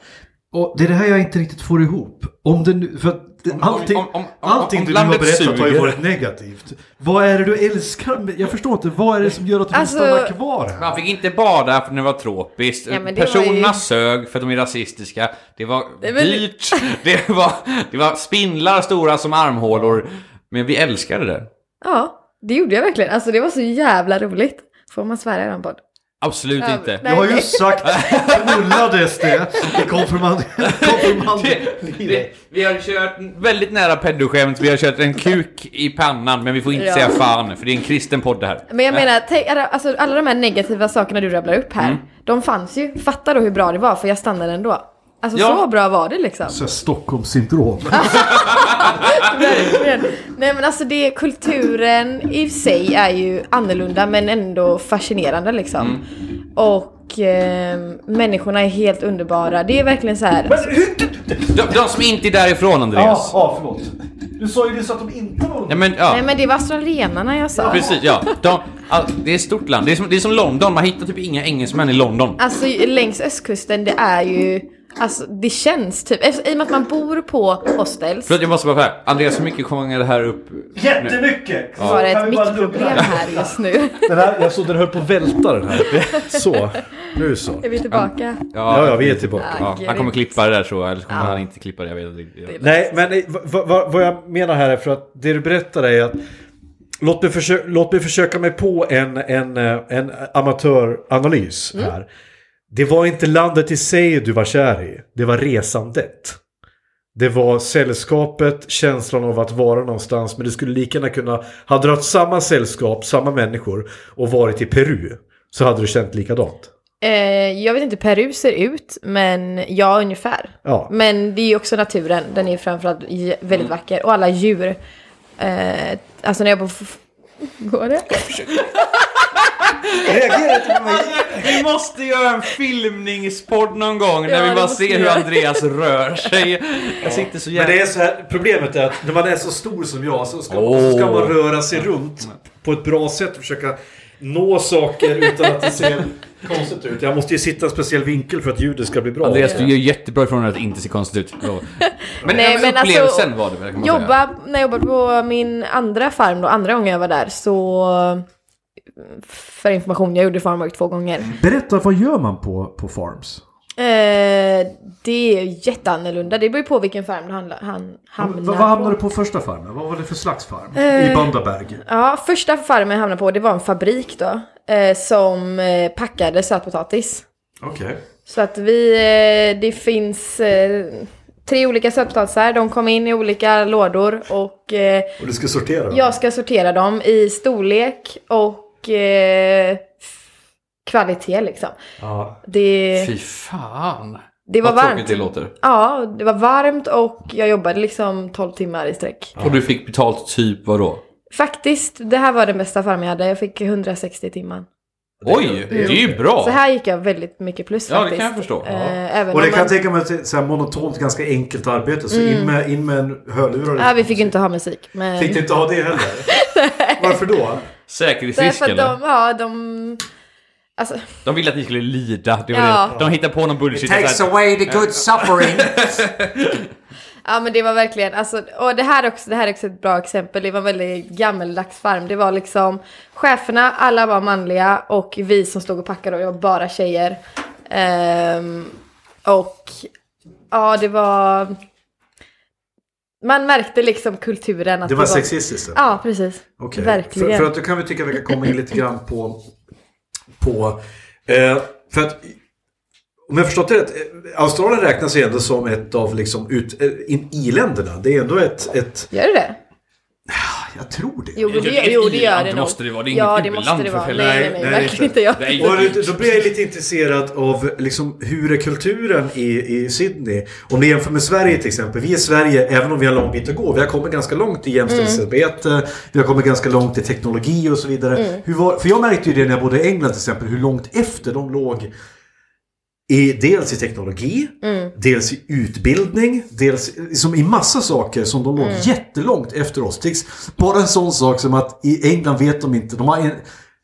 Speaker 2: Och det är det här jag inte riktigt får ihop. Om det nu, för att det-
Speaker 1: om-
Speaker 2: allting,
Speaker 1: om- om- om-
Speaker 2: allting
Speaker 1: om
Speaker 2: du nu har
Speaker 1: landet
Speaker 2: berättat har ju
Speaker 1: suger.
Speaker 2: varit negativt. Vad är det du älskar med, jag förstår inte, vad är det som gör att du
Speaker 3: Alltså-
Speaker 2: vill stanna kvar här?
Speaker 1: Man fick inte bada för det var tropiskt.
Speaker 3: Ja, men det
Speaker 1: Personerna
Speaker 3: var ju-
Speaker 1: sög för att de är rasistiska. Det var
Speaker 3: Nej, men-
Speaker 1: dyrt. Det var, det var spindlar stora som armhålor. Men vi älskade det.
Speaker 3: Ja, det gjorde jag verkligen. Alltså det var så jävla roligt. Får man svära i den podd?
Speaker 1: Absolut
Speaker 3: Ja,
Speaker 1: inte.
Speaker 2: Jag
Speaker 3: nej.
Speaker 2: har ju sagt, knullades det i konfirmand-
Speaker 1: Det,
Speaker 2: konfirmandlivet.
Speaker 1: vi har kört väldigt nära peddoskämt, vi har kört en kuk i pannan, men vi får inte
Speaker 3: Ja.
Speaker 1: säga fan, för det är en kristen podd det här.
Speaker 3: Men jag menar, tänk, alltså,
Speaker 1: Mm.
Speaker 3: alla de här negativa sakerna du rabblar upp här, de fanns ju. Fatta då hur bra det var, för jag stannade ändå. Alltså
Speaker 1: Ja.
Speaker 3: så bra var det liksom.
Speaker 4: Så här Stockholmssyndrom.
Speaker 3: Verkligen. Nej men alltså det, kulturen i sig är ju annorlunda men ändå fascinerande liksom.
Speaker 1: Mm.
Speaker 3: Och ehm, människorna är helt underbara. Det är verkligen så här.
Speaker 1: De, de som inte är därifrån,
Speaker 2: Ja,
Speaker 1: Andreas.
Speaker 2: ja, förlåt. Du sa ju nyss att de inte var
Speaker 1: Ja, men, ja.
Speaker 3: Nej men det var australienarna jag sa.
Speaker 1: Precis, ja. De, all, det är ett stort land. Det är, som, det är som London, man hittar typ inga engelsmän i London.
Speaker 3: Alltså längs östkusten det är ju, alltså det känns typ, efter, i och med att man bor på hostels.
Speaker 1: Förlåt, jag måste bara här. Andreas, hur mycket sjunger det här upp?
Speaker 2: Jättemycket!
Speaker 3: så Var det ett mittproblem här just nu?
Speaker 7: Den här, jag såg den höll på att välta den här. Så, nu så.
Speaker 3: Är vi tillbaka?
Speaker 7: Ja, ja, vi är tillbaka.
Speaker 1: Ja,
Speaker 3: Grymt.
Speaker 1: han kommer klippa det där så, eller så kommer han inte klippa det. Jag vet inte. Jag-
Speaker 7: Nej, men eh, vad- vad- vad jag menar här är för att det du berättar är att Låt mig, försöka, låt mig försöka mig på en, en, eh, en amatöranalys här. Det var inte landet i sig du var kär i. Det var resandet. Det var sällskapet, känslan av att vara någonstans. Men du skulle lika gärna kunna ha dragit samma sällskap, samma människor och varit i Peru. Så hade du känt likadant.
Speaker 3: Eh, jag vet inte hur Peru ser ut, men ja ungefär.
Speaker 7: Ja.
Speaker 3: Men det är ju också naturen, den är ju framförallt j- väldigt vacker. Och alla djur. Eh, alltså när jag var på... Går det?
Speaker 1: Vi måste göra en filmningspodd någon gång
Speaker 3: Ja,
Speaker 1: när vi
Speaker 3: det
Speaker 1: bara
Speaker 3: måste
Speaker 1: ser
Speaker 3: vi
Speaker 1: hur
Speaker 3: göra.
Speaker 1: Andreas rör sig. Jag sitter så
Speaker 7: Men
Speaker 1: jävla...
Speaker 7: det är så här, problemet är att när man är så stor som jag så ska, så ska man röra sig runt på ett bra sätt och försöka nå saker utan att det ser konstigt ut. Jag måste ju sitta i en speciell vinkel för att ljudet ska bli bra.
Speaker 1: Andreas, du gör jättebra ifrån att det inte se konstigt ut. Men,
Speaker 3: Nej, men alltså-
Speaker 1: upplevelsen var det väl, kan man säga.
Speaker 3: Jobba, när jag jobbade på min andra farm då, andra gången jag var där, så... För information, jag gjorde farmwork två gånger.
Speaker 2: Mm.
Speaker 4: Berätta, vad gör man på, på farms?
Speaker 3: Eh, det är jätteannorlunda, det beror ju på vilken farm du handla, han, hamnar
Speaker 4: Vad, vad hamnade du på första farmen? Vad var det för slags farm? I Bandaberg?
Speaker 3: Ja, första farmen jag hamnade på det var en fabrik då. Eh, som eh, packade sötpotatis.
Speaker 4: Okej.
Speaker 3: Så att vi, eh, det finns eh, tre olika sötpotatisar. De kom in i olika lådor och eh,
Speaker 7: Och du ska sortera dem.
Speaker 3: jag ska sortera dem i storlek och eh, f- kvalitet liksom.
Speaker 7: Ja.
Speaker 3: Det,
Speaker 1: Fy fan.
Speaker 3: det var
Speaker 1: Vad tråkigt
Speaker 3: varmt.
Speaker 1: det låter.
Speaker 3: Ja, det var varmt och jag jobbade liksom 12 timmar i sträck.
Speaker 1: Och du fick betalt typ vadå?
Speaker 3: Faktiskt, det här var den bästa farmen jag hade. Jag fick 160 timmar.
Speaker 1: Oj, det är ju bra.
Speaker 3: Mm. Så här gick jag väldigt mycket plus
Speaker 1: Ja, det
Speaker 3: faktiskt.
Speaker 1: kan jag förstå.
Speaker 3: Eh, även
Speaker 7: Och det
Speaker 3: om
Speaker 7: kan jag
Speaker 3: man...
Speaker 7: tänka mig att det är så här monotont, ganska enkelt arbete. Så in, med, in med en hörlur och
Speaker 3: Ja, vi fick ju inte ha musik. Men...
Speaker 7: Fick du inte ha det heller? Varför då?
Speaker 1: Säkerhetsrisk
Speaker 3: Därför att
Speaker 1: eller?
Speaker 3: de,
Speaker 1: De...
Speaker 3: ja de... Alltså,
Speaker 1: ville att ni skulle lida. Det var
Speaker 3: Ja.
Speaker 1: det. De hittade på någon bullshit. så här-
Speaker 8: away the good suffering.
Speaker 3: ja men det var verkligen, alltså, och det här, också, det här är också ett bra exempel. Det var en väldigt gammeldags farm. Det var liksom cheferna, alla var manliga och vi som stod och packade, och det var bara tjejer. Ehm, och ja, det var... Man märkte liksom kulturen. Att
Speaker 7: Det var sexistiskt.
Speaker 3: Ja, precis.
Speaker 7: Okej.
Speaker 3: Verkligen.
Speaker 7: För, för att då kan vi tycka att vi kan komma in lite grann på... på eh, för att, om jag förstått det rätt, eh, Australien räknas ju ändå som ett av liksom ut, eh, in, i-länderna. Det är ändå ett, ett...
Speaker 3: Gör du det?
Speaker 7: Jag tror det.
Speaker 3: Jo,
Speaker 1: Ja,
Speaker 3: det,
Speaker 1: det är typ
Speaker 3: jo,
Speaker 1: ett
Speaker 3: det gör
Speaker 1: i-land,
Speaker 3: det
Speaker 1: det
Speaker 3: nog.
Speaker 1: måste det vara. Det är
Speaker 3: ja,
Speaker 1: inget
Speaker 3: det måste
Speaker 1: u-land
Speaker 3: det
Speaker 1: för
Speaker 3: vara. Nej,
Speaker 1: helvete.
Speaker 3: nej,
Speaker 7: Nej,
Speaker 3: nej,
Speaker 7: nej,
Speaker 3: verkligen inte
Speaker 7: inte.
Speaker 3: jag.
Speaker 1: Nej.
Speaker 7: Och då- då blir jag lite intresserad av liksom, hur är kulturen i, i Sydney? Om ni jämför med Sverige till exempel. Vi i Sverige, även om vi har lång bit att gå, vi har kommit ganska långt i jämställdhetsarbete. Vi har kommit ganska långt i teknologi och så vidare. Hur var, för jag märkte ju det när jag bodde i England till exempel, hur långt efter de låg i, dels i teknologi, dels i utbildning, dels liksom i massa saker som de låg jättelångt efter oss. Till ex- Bara en sån sak som att i England vet de inte de har en,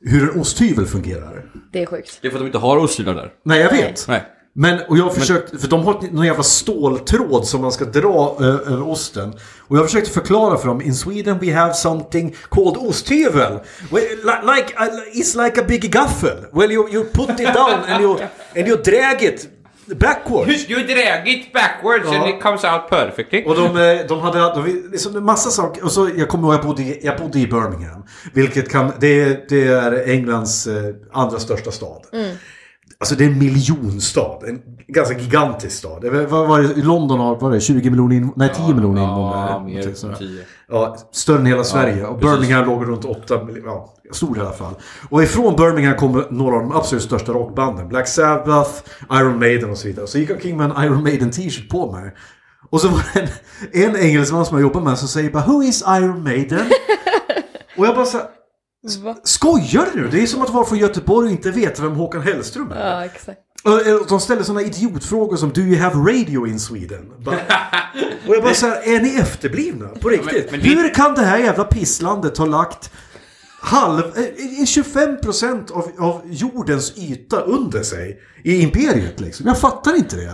Speaker 7: hur en osthyvel fungerar.
Speaker 3: Det är sjukt.
Speaker 1: Det är för att de inte har osthyvlar där.
Speaker 7: Nej, jag vet.
Speaker 1: Nej.
Speaker 7: Men, och jag har försökt, för de har ett- någon jävla ståltråd som man ska dra eh, över osten. Och jag försökte förklara för dem, in Sweden we have something called osthyvel. Well, li- like, uh, it's like a big gaffel. Well you, you put it down and you, and you drag it backwards.
Speaker 1: You drag it backwards
Speaker 7: and it
Speaker 1: comes out perfectly.
Speaker 7: Och de, eh, de hade de, liksom en massa saker. Och så, jag kommer ihåg, jag bodde, i- jag bodde i Birmingham. Vilket kan, det, det är Englands eh, andra största stad. Alltså det är en miljonstad. En ganska gigantisk stad. Det är väl-
Speaker 4: Vad var det, London har vad är det, 20 miljoner invånare? Nej, 10 miljoner invånare.
Speaker 1: Ja,
Speaker 4: någonting sådär.
Speaker 1: mer tio.
Speaker 7: Ja, större än hela Sverige. och Birmingham låg runt 8 miljoner. Ja, stor i alla fall. Och ifrån Birmingham kommer några av de absolut största rockbanden. Black Sabbath, Iron Maiden och så vidare. Så gick jag omkring med en Iron Maiden t-shirt på mig. Och så var det en, en engelsman som jag jobbar med som säger bara “Who is Iron Maiden?” Och jag bara så här,
Speaker 3: Va?
Speaker 7: Skojar du nu? Det är som att vara från Göteborg och inte veta vem Håkan Hellström är.
Speaker 3: Ja, exakt.
Speaker 7: Och- och Eh, De ställer sådana idiotfrågor som “Do you have radio in Sweden?” bara, Och jag bara såhär, är ni efterblivna? På riktigt?
Speaker 1: men det-
Speaker 7: Hur kan det här jävla pisslandet ha lagt halv, eh, eh, 25% av, av jordens yta under sig i imperiet liksom? Jag fattar inte det.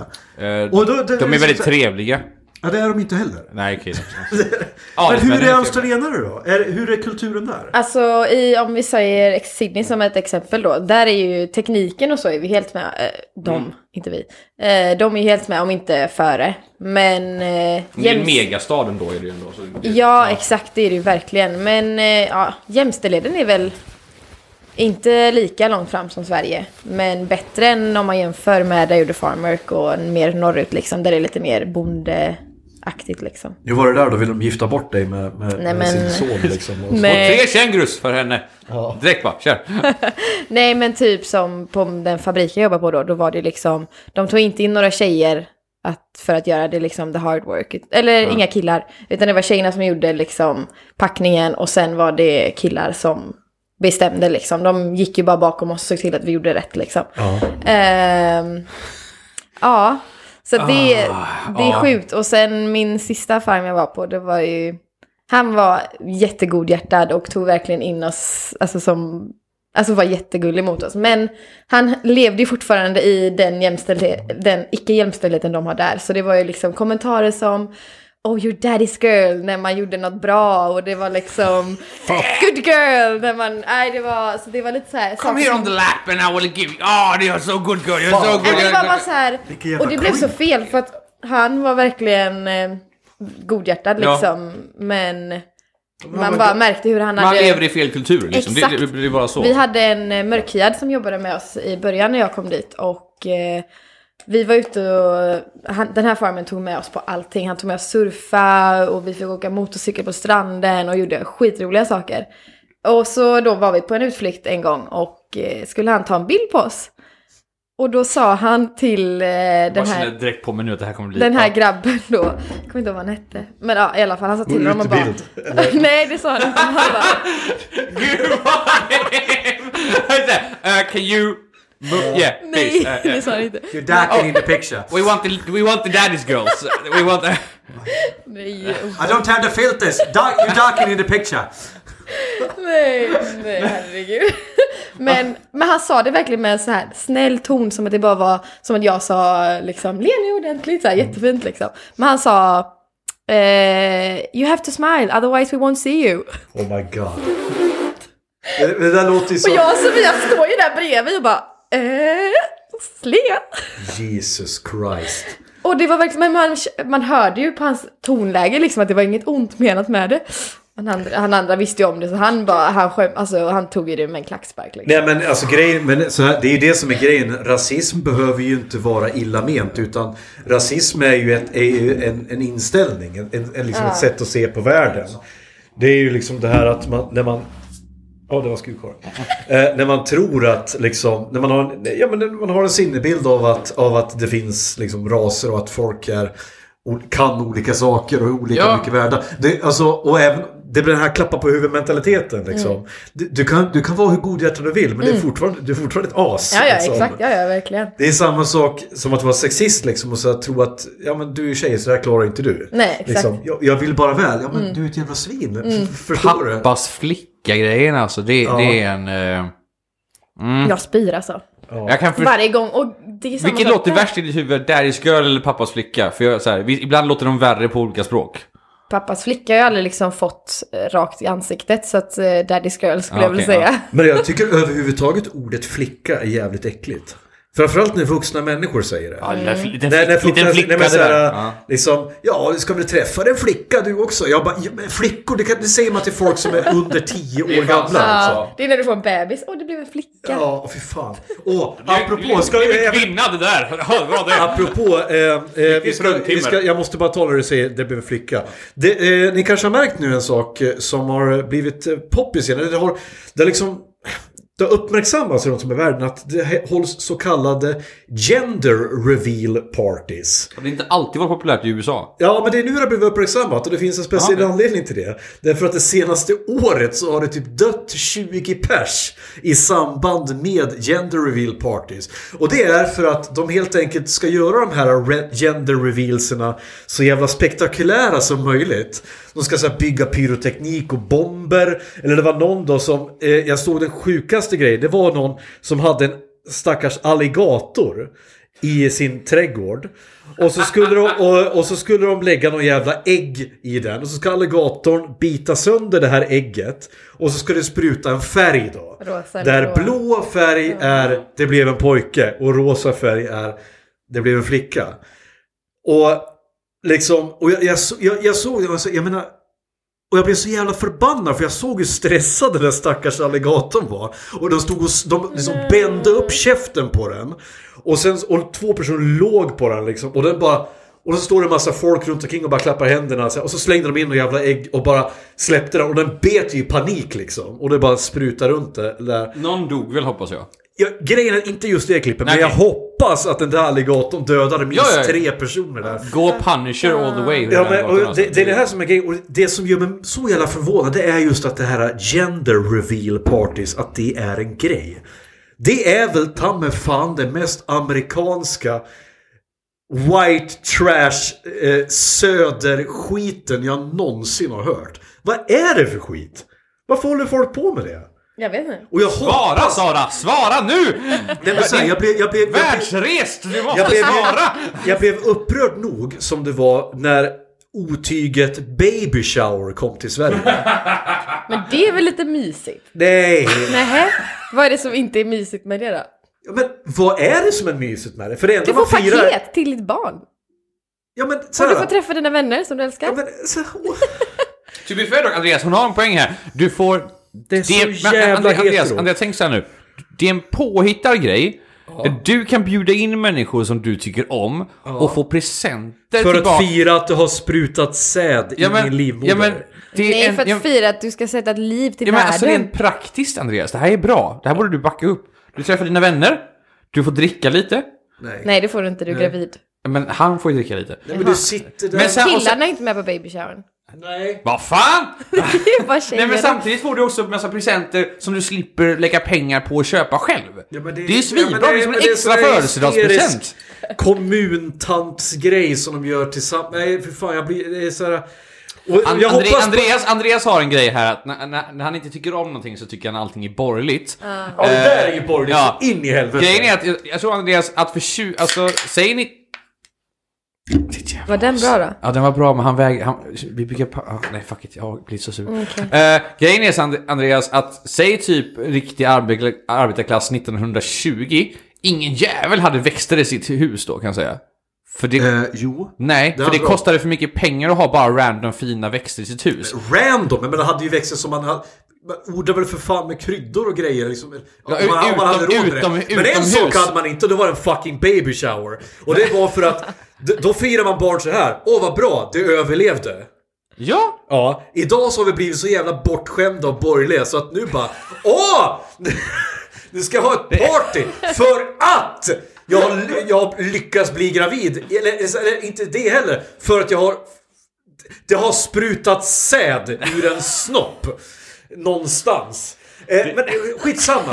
Speaker 1: Eh,
Speaker 7: Och då- det-
Speaker 1: de är väldigt trevliga.
Speaker 7: Ja, det är de inte heller.
Speaker 1: Nej, okej.
Speaker 7: Men hur är
Speaker 1: Australien?
Speaker 7: australienare då? Är, hur är kulturen där?
Speaker 3: Alltså i, om vi säger Sydney som ett exempel då, där är ju tekniken och så är vi helt med, eh, de,
Speaker 1: Mm.
Speaker 3: inte vi, eh, de är ju helt med om inte före. Men... Eh,
Speaker 1: Det är en
Speaker 3: jäms-
Speaker 1: megastad ändå är det ju ändå. Så det-
Speaker 3: Ja, exakt det är det ju verkligen. Men eh, ja, jämställdheten är väl inte lika långt fram som Sverige. Men bättre än om man jämför med där jag gjorde Farmwork och mer norrut liksom, där det är lite mer bondeaktigt liksom.
Speaker 7: Hur var det där då? Vill de gifta bort dig med, med,
Speaker 3: Nej, men-
Speaker 7: liksom? Och-
Speaker 1: Och
Speaker 3: Men-
Speaker 1: tre kängurus för henne. Direkt bara, kör.
Speaker 3: Nej men typ som på den fabriken jag jobbade på då, då var det liksom, de tog inte in några tjejer att, för att göra det liksom the hard work, eller inga killar, utan det var tjejerna som gjorde liksom packningen och sen var det killar som bestämde liksom. De gick ju bara bakom oss och såg till att vi gjorde rätt liksom.
Speaker 7: Ja.
Speaker 3: Ehm, ja, så det, det är
Speaker 1: ja.
Speaker 3: sjukt. Och sen min sista farm jag var på, det var ju... Han var jättegodhjärtad och tog verkligen in oss, alltså som... Alltså var jättegullig mot oss. Men han levde ju fortfarande i den, jämställdhet, den icke-jämställdheten de har där. Så det var ju liksom kommentarer som Oh your daddy's girl när man gjorde något bra och det var liksom good girl när man, nej det var, så det var lite så här. saker
Speaker 1: Come here
Speaker 3: som-
Speaker 1: on the lap and I will give you... Ah, you're so good girl, you're so
Speaker 3: Nej,
Speaker 1: good
Speaker 3: men det var bara så här,
Speaker 7: Vilken jävla
Speaker 3: och det blev så fel för att han var verkligen eh, godhjärtad
Speaker 1: Ja.
Speaker 3: liksom. Men man bara märkte hur han
Speaker 1: Man
Speaker 3: hade...
Speaker 1: lever i fel kultur liksom. Det,
Speaker 3: Exakt.
Speaker 1: det, det är bara så.
Speaker 3: Vi hade en eh, mörkhyad som jobbade med oss i början när jag kom dit och eh, vi var ute och han, den här farmen tog med oss på allting. Han tog med oss surfa och vi fick åka motorcykel på stranden och gjorde skitroliga saker. Och så då var vi på en utflykt en gång och eh, skulle han ta en bild på oss. Och då sa han till eh, den
Speaker 1: Jag
Speaker 3: här...
Speaker 1: känner direkt på mig nu att det här kommer bli...
Speaker 3: Den här grabben då, jag kommer inte ihåg vad han hette. Men ja, i alla fall han sa till honom och bara... Nej det sa han inte. Han bara,
Speaker 1: Gud vad uh, Can you... Yeah, please.
Speaker 3: nej
Speaker 1: Uh, yeah.
Speaker 3: det sa han inte.
Speaker 7: You're darker in the picture.
Speaker 1: Oh, We want the, we want the daddy's girls. We want... The...
Speaker 3: Nej,
Speaker 7: I don't have the filters. Dark, you're darker in the picture.
Speaker 3: nej, nej herregud. Men, men han sa det verkligen med en så här snäll ton som att det bara var som att jag sa liksom le nu ordentligt så här jättefint liksom. Men han sa eh, you have to smile otherwise we won't see you.
Speaker 7: Oh my god. Det, det där låter ju
Speaker 3: Och
Speaker 7: som...
Speaker 3: jag och Sofia står ju där bredvid och bara eh, le.
Speaker 7: Jesus Christ.
Speaker 3: Och det var verkligen, men man, man hörde ju på hans tonläge liksom att det var inget ont menat med det. Men han, han andra visste ju om det så han bara, han skäm, alltså han tog ju det med en klackspark liksom.
Speaker 7: Nej men alltså grejen, men så här, det är ju det som är grejen. Rasism behöver ju inte vara illa ment utan rasism är ju, ett, är ju en, en inställning, en, en, en liksom ett sätt att se på världen. Det är ju liksom det här att man, när man Ja, det var skurkorren. Eh, när man tror att liksom, när man har, en- ja, men när man har en sinnebild av att, av att det finns liksom raser och att folk är, o- kan olika saker och är olika
Speaker 1: Ja.
Speaker 7: mycket värda. Det, alltså, och även, det blir den här klappa på huvudet-mentaliteten liksom.
Speaker 3: Mm.
Speaker 7: Du, du, kan, du kan vara hur godhjärtad du vill men det är fortfarande, du är fortfarande ett as.
Speaker 3: Ja, ja,
Speaker 7: liksom.
Speaker 3: exakt, ja, ja, verkligen.
Speaker 7: Det är samma sak som att vara sexist liksom och så att tro att ja men du är tjej så det här klarar inte du.
Speaker 3: Nej, exakt. Mm.
Speaker 7: Liksom, jag, jag vill bara väl. Ja men du är ett jävla svin. Förstår du?
Speaker 1: Pappas flicka-grejen alltså, det, det är en... eh,
Speaker 3: Jag spyr alltså.
Speaker 1: jag kan förstå...
Speaker 3: Varje gång. Och det är samma
Speaker 1: Mm. Vilket
Speaker 3: sak
Speaker 1: låter
Speaker 3: där.
Speaker 1: värst i ditt huvud? Daddy's girl eller pappas flicka? För jag, så här, vi, ibland låter de värre på olika språk.
Speaker 3: Pappas flicka har jag aldrig liksom fått eh, rakt i ansiktet så att eh, daddy's girl skulle
Speaker 1: Ja,
Speaker 3: jag vilja
Speaker 1: Ah, okej, ja.
Speaker 3: säga.
Speaker 7: Men jag tycker överhuvudtaget ordet flicka är jävligt äckligt. Framförallt när vuxna människor säger det.
Speaker 8: Ja, den där fl- den
Speaker 7: När, när
Speaker 8: fl- liten
Speaker 7: flickan,
Speaker 8: flicka
Speaker 7: nej, men
Speaker 8: det
Speaker 7: såhär,
Speaker 8: där.
Speaker 7: ja. Liksom, ja, du ska väl träffa en flicka du också? Jag bara, ja, men flickor, det, kan, det säger man till folk som är under tio år gamla. Alltså.
Speaker 3: Ja, det är när du får en bebis. Åh, det blev en flicka.
Speaker 7: Ja, fy fan. Och
Speaker 8: Apropå,
Speaker 7: eh, apropå, ska
Speaker 8: det
Speaker 7: vi
Speaker 8: blev en
Speaker 7: även...
Speaker 8: kvinna det där! Hör vad det är.
Speaker 7: Apropå, eh, eh, vi ska,
Speaker 8: fruntimmer.
Speaker 7: vi ska, jag måste bara tala när du säger det blev en flicka. Det, eh, ni kanske har märkt nu en sak eh, som har blivit eh, poppis igen. eller Det har, det har liksom... Det har uppmärksammats runt om i världen att det he- hålls så kallade gender reveal parties.
Speaker 1: Det har inte alltid varit populärt i USA.
Speaker 7: Ja, men det är nu det har blivit uppmärksammat och det finns en speciell anledning till det. Därför att det senaste året så har det typ dött 20 pers i samband med gender reveal parties. Och det är för att de helt enkelt ska göra de här re- gender revealserna så jävla spektakulära som möjligt. De ska så här, bygga pyroteknik och bomber. Eller det var någon då som, eh, jag såg den sjukaste grejen, det var någon som hade en stackars alligator i sin trädgård. Och så, skulle de, och, och så skulle de lägga någon jävla ägg i den. Och så ska alligatorn bita sönder det här ägget. Och så ska det spruta en färg då.
Speaker 3: Rosa eller
Speaker 7: där
Speaker 3: blå.
Speaker 7: blå färg är det blev en pojke och rosa färg är det blev en flicka. Och liksom, och jag, jag, så- jag, jag såg det och jag, jag menar och jag blev så jävla förbannad för jag såg hur stressad den där stackars alligatorn var. Och de stod och s- de liksom bände upp käften på den. Och, sen, och två personer låg på den liksom. Och den bara... Och så står det en massa folk runt omkring och bara klappar händerna. så här. Och så slängde de in några jävla ägg och bara släppte den. Och den bet ju i panik liksom. Och det bara sprutade runt det där.
Speaker 1: Någon dog väl hoppas jag.
Speaker 7: Ja, grejen är inte just det klippet, men
Speaker 1: Nej.
Speaker 7: jag hoppas att den där alligatorn dödade minst
Speaker 1: Ja, ja, ja.
Speaker 7: tre personer där.
Speaker 1: Gå Punisher all the way.
Speaker 7: Ja, men,
Speaker 1: alltså,
Speaker 7: och det, det är det här som är grejen. Och det som gör mig så jävla förvånad det är just att det här gender reveal parties, att det är en grej. Det är väl ta mig fan det mest amerikanska white trash eh, söderskiten jag någonsin har hört. Vad är det för skit? Varför håller folk på med det?
Speaker 3: Jag vet inte.
Speaker 7: Och jag hoppas...
Speaker 1: Svara Sara! Svara nu!
Speaker 7: Nej, men så här, jag blev, jag blev, jag blev,
Speaker 1: Världsrest! Du
Speaker 7: jag
Speaker 1: måste
Speaker 7: blev,
Speaker 1: svara!
Speaker 7: jag blev upprörd nog som det var när otyget baby shower kom till Sverige.
Speaker 3: Men det är väl lite mysigt?
Speaker 7: Nej!
Speaker 3: Nähä? Vad är det som inte är mysigt med det då?
Speaker 7: Ja, Men vad är det som är mysigt med det? För det enda
Speaker 3: Du
Speaker 7: man
Speaker 3: får
Speaker 7: firar...
Speaker 3: paket till ditt barn.
Speaker 7: Ja men
Speaker 3: Och du får
Speaker 7: såhär...
Speaker 3: träffa dina vänner som du älskar.
Speaker 7: Ja, men, så, åh,
Speaker 1: To be fair dock, Andreas, hon har en poäng här. Du får...
Speaker 7: det är så
Speaker 1: men
Speaker 7: jävla
Speaker 1: Andreas, Andreas,
Speaker 7: hetero.
Speaker 1: Andreas, tänk så här nu. Det är en påhittad grej. Du kan bjuda in människor som du tycker om och få presenter
Speaker 7: för att
Speaker 1: tillbaka.
Speaker 7: fira att du har sprutat säd
Speaker 1: ja,
Speaker 7: i
Speaker 1: men,
Speaker 7: min livmoder.
Speaker 1: ja, men, det är
Speaker 3: Nej,
Speaker 1: en,
Speaker 3: för att
Speaker 1: ja,
Speaker 3: fira att du ska sätta ett liv till
Speaker 1: ja, men,
Speaker 3: världen.
Speaker 1: alltså, rent praktiskt Andreas, det här är bra. Det här borde du backa upp. Du träffar dina vänner, du får dricka lite.
Speaker 3: Nej, det får du inte. Du är gravid.
Speaker 1: Men han får ju dricka lite.
Speaker 7: Nej, men du sitter där...
Speaker 1: Men sen- och sen,
Speaker 3: Killarna är inte med på babyshowen.
Speaker 7: Nej.
Speaker 1: vad fan!
Speaker 3: Det
Speaker 1: Nej
Speaker 3: är bara
Speaker 1: men
Speaker 3: tjejerna.
Speaker 1: samtidigt får du också en massa presenter som du slipper lägga pengar på att köpa själv.
Speaker 7: Ja, men
Speaker 1: det,
Speaker 7: det-
Speaker 1: är ju svinbra,
Speaker 7: ja, men
Speaker 1: det
Speaker 7: det-
Speaker 1: är som en
Speaker 7: men det är
Speaker 1: extra
Speaker 7: sån här
Speaker 1: födelsedagspresent.
Speaker 7: hysterisk- Kommuntantsgrej som de gör tillsammans. Nej för fan jag blir... Det är såhär... Och
Speaker 1: And, Andre,
Speaker 7: jag hoppas på-
Speaker 1: Andreas, Andreas har en grej här att när, när, när han inte tycker om någonting så tycker han allting är borgerligt.
Speaker 7: Ja, det där är ju borgerligt
Speaker 1: Eh, Ja.
Speaker 7: så in i helvete.
Speaker 1: Grejen är att jag, jag tror Andreas att för 20, alltså säger ni...
Speaker 3: Var den bra då?
Speaker 1: Ja den var bra men han väger, han, vi brukar, pa- ah, nej fuck it, jag blir så sur.
Speaker 3: Mm,
Speaker 1: Eh, grejen är så, And- Andreas att säg typ riktig arbe- arbetarklass 1920, ingen jävel hade växter i sitt hus då kan jag säga. För det,
Speaker 7: Eh, jo.
Speaker 1: Nej, för
Speaker 7: hade
Speaker 1: det
Speaker 7: de.
Speaker 1: kostade för mycket pengar att ha bara random fina växter i sitt
Speaker 7: Eh, oh.
Speaker 1: hus.
Speaker 7: Random, men det hade ju växter som man hade... Man odlade väl för fan med kryddor och grejer liksom. Om man, om man
Speaker 1: utom-
Speaker 7: hade råd med
Speaker 1: utom-
Speaker 7: det. Men en
Speaker 1: utomhus.
Speaker 7: sak hade man inte, och det var en fucking baby shower. Och det var för att d- då firar man barn så här. Åh vad bra, det överlevde.
Speaker 1: Ja!
Speaker 7: Ja, idag så har vi blivit så jävla bortskämda och borgerliga så att nu bara Åh! Du ska ha ett party för att jag, har ly- jag har lyckats bli gravid. Eller, eller inte det heller, för att jag har... Det har sprutat säd ur en snopp. Någonstans. Eh, men eh, skitsamma.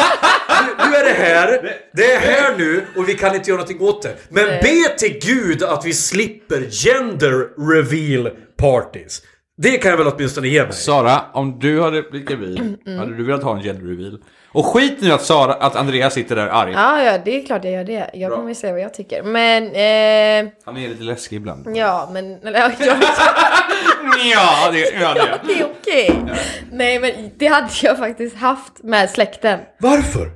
Speaker 7: Nu, nu är det här. Det är här nu och vi kan inte göra någonting åt det. Men be till gud att vi slipper gender reveal parties. Det kan jag väl åtminstone ge mig.
Speaker 1: Sara, om du hade blivit gravid, hade du velat ha en gender reveal? Och skit nu att, Sara, att Andreas sitter där arg.
Speaker 3: Ja, ja, det är klart jag gör det. Jag kommer ju säga vad jag tycker. Men, eh,
Speaker 1: Han är lite läskig ibland.
Speaker 3: ja, men, eller, ja, jag,
Speaker 1: Ja, det, ja, det.
Speaker 3: det är okej. Nej, men det hade jag faktiskt haft med släkten.
Speaker 7: Varför?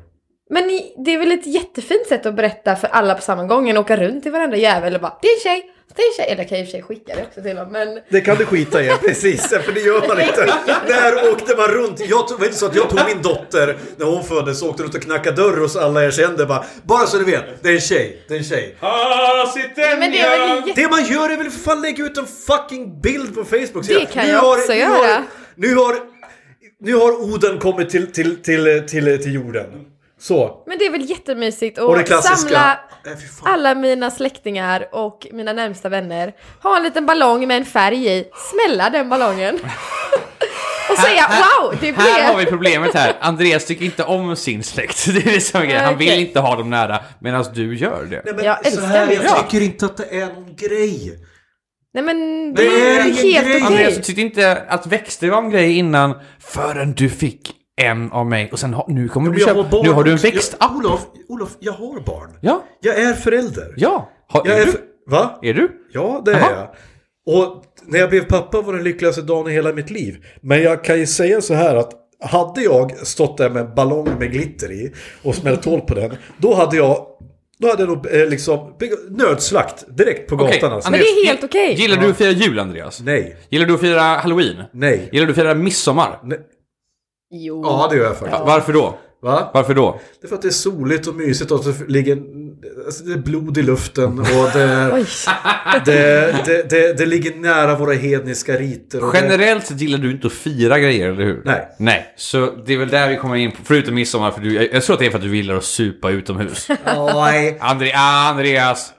Speaker 3: Men ni- det är väl ett jättefint sätt att berätta för alla på samma gång än att åka runt till varenda jävel och bara det är en tjej, det är en tjej. Eller jag kan jag i och för sig skicka det också till dem men
Speaker 7: Det kan du skita i, precis. För det gör man inte. Där åkte man runt. Jag tog, var inte så att jag tog min dotter när hon föddes och åkte runt och knackade dörr hos alla jag kände. Bara, bara så du vet, det är en tjej. Det är en tjej.
Speaker 8: Ah, sitter
Speaker 3: Men det är väl jätte...
Speaker 7: Det man gör är väl för fan lägga ut en fucking bild på Facebook.
Speaker 3: Det
Speaker 7: Så jag-
Speaker 3: kan
Speaker 7: nu
Speaker 3: jag
Speaker 7: har-
Speaker 3: också
Speaker 7: nu
Speaker 3: göra.
Speaker 7: Har, nu har, nu har Oden kommit till, till, till, till, till jorden. Så.
Speaker 3: Men det är väl jättemysigt
Speaker 7: Och det
Speaker 3: att
Speaker 7: klassiska.
Speaker 3: samla
Speaker 7: Nej, fy fan.
Speaker 3: alla mina släktingar och mina närmsta vänner. Ha en liten ballong med en färg i, smälla den ballongen. och säga wow, det
Speaker 1: Här har vi
Speaker 3: blev...
Speaker 1: problemet här. Andreas tycker inte om sin släkt. Det är det som är grejen. Han vill
Speaker 3: Okej.
Speaker 1: inte ha dem nära, medan du gör det.
Speaker 7: Nej, men
Speaker 3: Jag
Speaker 7: så
Speaker 3: älskar
Speaker 7: här,
Speaker 3: det.
Speaker 7: jag tycker inte att det är någon grej.
Speaker 3: Nej men det,
Speaker 7: Det är
Speaker 3: är
Speaker 7: ingen grej.
Speaker 3: helt okej.
Speaker 1: Andreas tyckte inte att växter var en grej innan, förrän du fick en av mig. Och sen har- nu kommer du
Speaker 7: Jag
Speaker 1: köpa... nu har du en
Speaker 7: också.
Speaker 1: växtapp.
Speaker 7: Jag, Olof, Olof, jag har barn.
Speaker 1: Ja,
Speaker 7: Jag är förälder.
Speaker 1: ja. Har,
Speaker 7: Jag
Speaker 1: är,
Speaker 7: är
Speaker 1: du?
Speaker 7: för... Va?
Speaker 1: är du?
Speaker 7: Ja, det är jag. Och när jag blev pappa var den lyckligaste dagen i hela mitt liv. Men jag kan ju säga så här att hade jag stått där med en ballong med glitter i och smält hål på den, då hade jag då hade jag nog eh, liksom beg- nödslakt direkt på
Speaker 1: Okej,
Speaker 7: gatan. Alltså.
Speaker 3: Men det är helt okej.
Speaker 1: Gillar du att fira jul, Andreas?
Speaker 7: Nej,
Speaker 1: Gillar du att fira halloween?
Speaker 7: nej.
Speaker 1: Gillar du att fira midsommar?
Speaker 7: nej.
Speaker 3: Jo.
Speaker 7: Ja, det gör jag faktiskt.
Speaker 1: Varför då?
Speaker 7: Va?
Speaker 1: Varför då?
Speaker 7: Det är för att det är soligt och mysigt och att det ligger alltså det är blod i luften och det,
Speaker 3: Oj.
Speaker 7: det, det, det, det ligger nära våra hedniska riter. Och det,
Speaker 1: Generellt sett gillar du inte att fira grejer, eller hur?
Speaker 7: Nej.
Speaker 1: Nej, så det är väl där vi kommer in på, förutom midsommar, för du, jag, jag tror att det är för att du gillar att supa utomhus.
Speaker 7: Oj.
Speaker 1: Andre, ah, Andreas!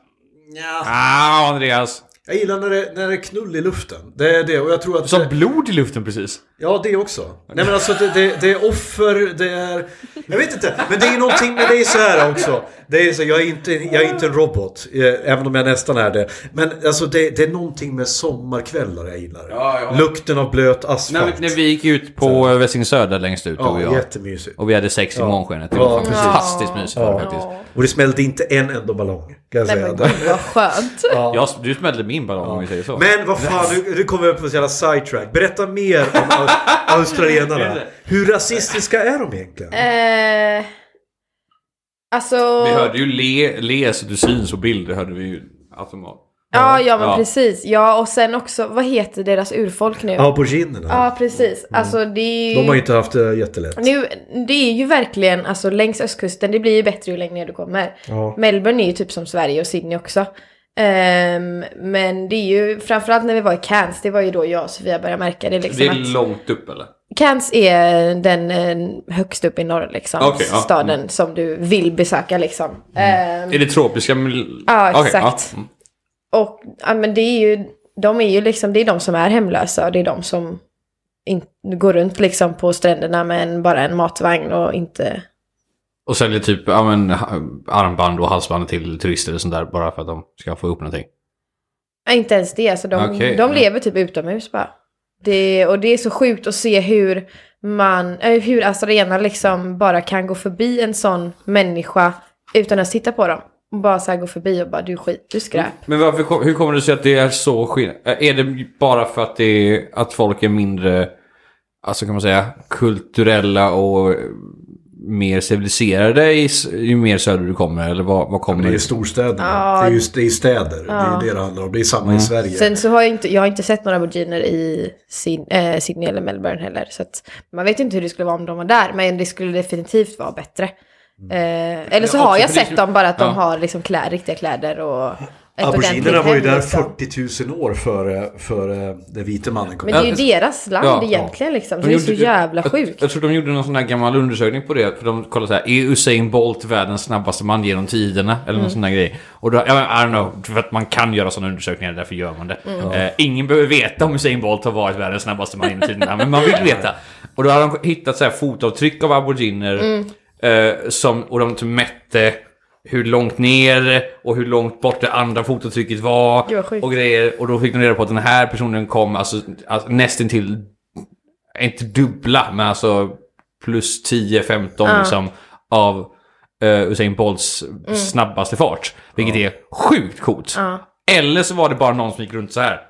Speaker 1: Ah, Andreas!
Speaker 7: Jag gillar när det, när det är knull i luften. Det är det och jag tror att...
Speaker 1: Som blod i luften precis.
Speaker 7: Ja, det också. Nej men alltså det, det, det är offer, det är... Jag vet inte, men det är någonting med dig så här också. Det är så, jag, är inte, jag är inte en robot, eh, även om jag nästan är det. Men alltså det, det är någonting med sommarkvällar jag gillar.
Speaker 1: Ja, ja.
Speaker 7: Lukten av blöt
Speaker 1: När,
Speaker 7: asfalt.
Speaker 1: vi- när vi gick ut på Västingsö där längst ut, du och
Speaker 7: ja,
Speaker 1: jag.
Speaker 7: jättemysigt.
Speaker 1: Och vi hade sex i månskenet. Det var
Speaker 7: Ja, precis.
Speaker 1: fantastiskt mysigt var det faktiskt.
Speaker 3: Ja.
Speaker 7: Och det smällde inte en enda ballong, kan jag
Speaker 3: Nej
Speaker 7: säga.
Speaker 3: men gud vad skönt.
Speaker 1: Jag, du smällde min ballong om vi säger så.
Speaker 7: Men vad fan, du, du kommer upp på en jävla sidetrack. Berätta mer om aus- australienarna. Hur rasistiska är de egentligen?
Speaker 3: Eh, alltså...
Speaker 1: Vi hörde ju le, le så du syns och bild, det hörde vi ju automat.
Speaker 3: Ja, ja men
Speaker 1: Ja.
Speaker 3: precis. Ja, och sen också, vad heter deras urfolk nu? Ja,
Speaker 7: Aboriginerna.
Speaker 3: precis. Alltså det är ju...
Speaker 7: De har ju inte haft det jättelätt.
Speaker 3: Nu, det är ju verkligen, alltså längs östkusten, det blir ju bättre ju längre ner du kommer.
Speaker 7: Ja.
Speaker 3: Melbourne är ju typ som Sverige och Sydney också. Ehm, men det är ju, framförallt när vi var i Cairns, det var ju då jag och Sofia började märka det liksom
Speaker 1: Det är
Speaker 3: att...
Speaker 1: långt upp eller?
Speaker 3: Cairns är den eh, högst upp i norr liksom,
Speaker 1: Okej, ja. Mm.
Speaker 3: staden som du vill besöka liksom. Ehm,
Speaker 1: Är det tropiska? mil-
Speaker 3: Ja,
Speaker 1: Okej,
Speaker 3: exakt.
Speaker 1: ja. Mm.
Speaker 3: Och ja, men det är ju, de är ju liksom, det är de som är hemlösa och det är de som in, går runt liksom på stränderna med en, bara en matvagn och inte...
Speaker 1: Och säljer typ ja, men, ha- armband och halsband till turister och sånt där bara för att de ska få upp någonting.
Speaker 3: ja, Inte ens det, alltså de,
Speaker 1: Okej,
Speaker 3: de
Speaker 1: ja.
Speaker 3: lever typ utomhus bara. Det, och det är så sjukt att se hur man, eh, hur Astarena liksom bara kan gå förbi en sån människa utan att titta på dem. Och bara så här gå förbi och bara du är skit, du är skräp.
Speaker 1: Mm. Men varför, kom- hur kommer det sig att det är så skillnad? Är det bara för att, det är, att folk är mindre, alltså kan man säga, kulturella och eh, mer civiliserade i, s- ju mer söder du kommer? Eller vad, vad kommer
Speaker 7: Men det är ju storstäderna.
Speaker 3: Ja.
Speaker 7: Det är ju det är ju städer. Det är ju det det handlar om. Det är samma i Sverige.
Speaker 3: Sen så har jag inte, jag har inte sett några aboriginer i Syd, eh, Sydney eller Melbourne heller. Så att man vet ju inte hur det skulle vara om de var där, men det skulle definitivt vara bättre. Eh, eller så
Speaker 1: Mm. Ja,
Speaker 3: har jag
Speaker 1: för det är
Speaker 3: sett
Speaker 1: ju-
Speaker 3: dem bara att de
Speaker 1: Ja.
Speaker 3: har liksom klä, riktiga kläder och ett
Speaker 7: Aboriginerna var ju där
Speaker 3: liksom.
Speaker 7: 40 000 år före, före den vite mannen kom.
Speaker 3: Men det är ju deras land
Speaker 1: Ja, ja.
Speaker 3: egentligen liksom. Så
Speaker 1: De
Speaker 3: det är så
Speaker 1: gjorde- typ
Speaker 3: jävla
Speaker 1: jag-
Speaker 3: sjukt.
Speaker 1: Jag tror de gjorde någon sån här gammal undersökning på det. För de kollade så här, är Usain Bolt världens snabbaste man genom tiderna? Eller
Speaker 3: Mm.
Speaker 1: någon sån här grej. Och då, jag menar, I don't know, för att man kan göra sådana undersökningar, därför gör man det.
Speaker 3: Mm.
Speaker 1: Eh, ingen behöver veta om Usain Bolt har varit världens snabbaste man genom tiderna, men man vill veta. Och då har de hittat så här fotavtryck av aboriginer.
Speaker 3: Mm.
Speaker 1: Eh, som, och de typ mätte hur långt ner och hur långt bort det andra fotavtrycket var.
Speaker 3: Gud, vad sjukt.
Speaker 1: och grejer. Och då fick de reda på att den här personen kom alltså, alltså, nästintill inte dubbla, men alltså plus 10-15 liksom, av eh, Usain Bolts
Speaker 3: Mm.
Speaker 1: snabbaste fart. Vilket är sjukt coolt. Eller så var det bara någon som gick runt så här.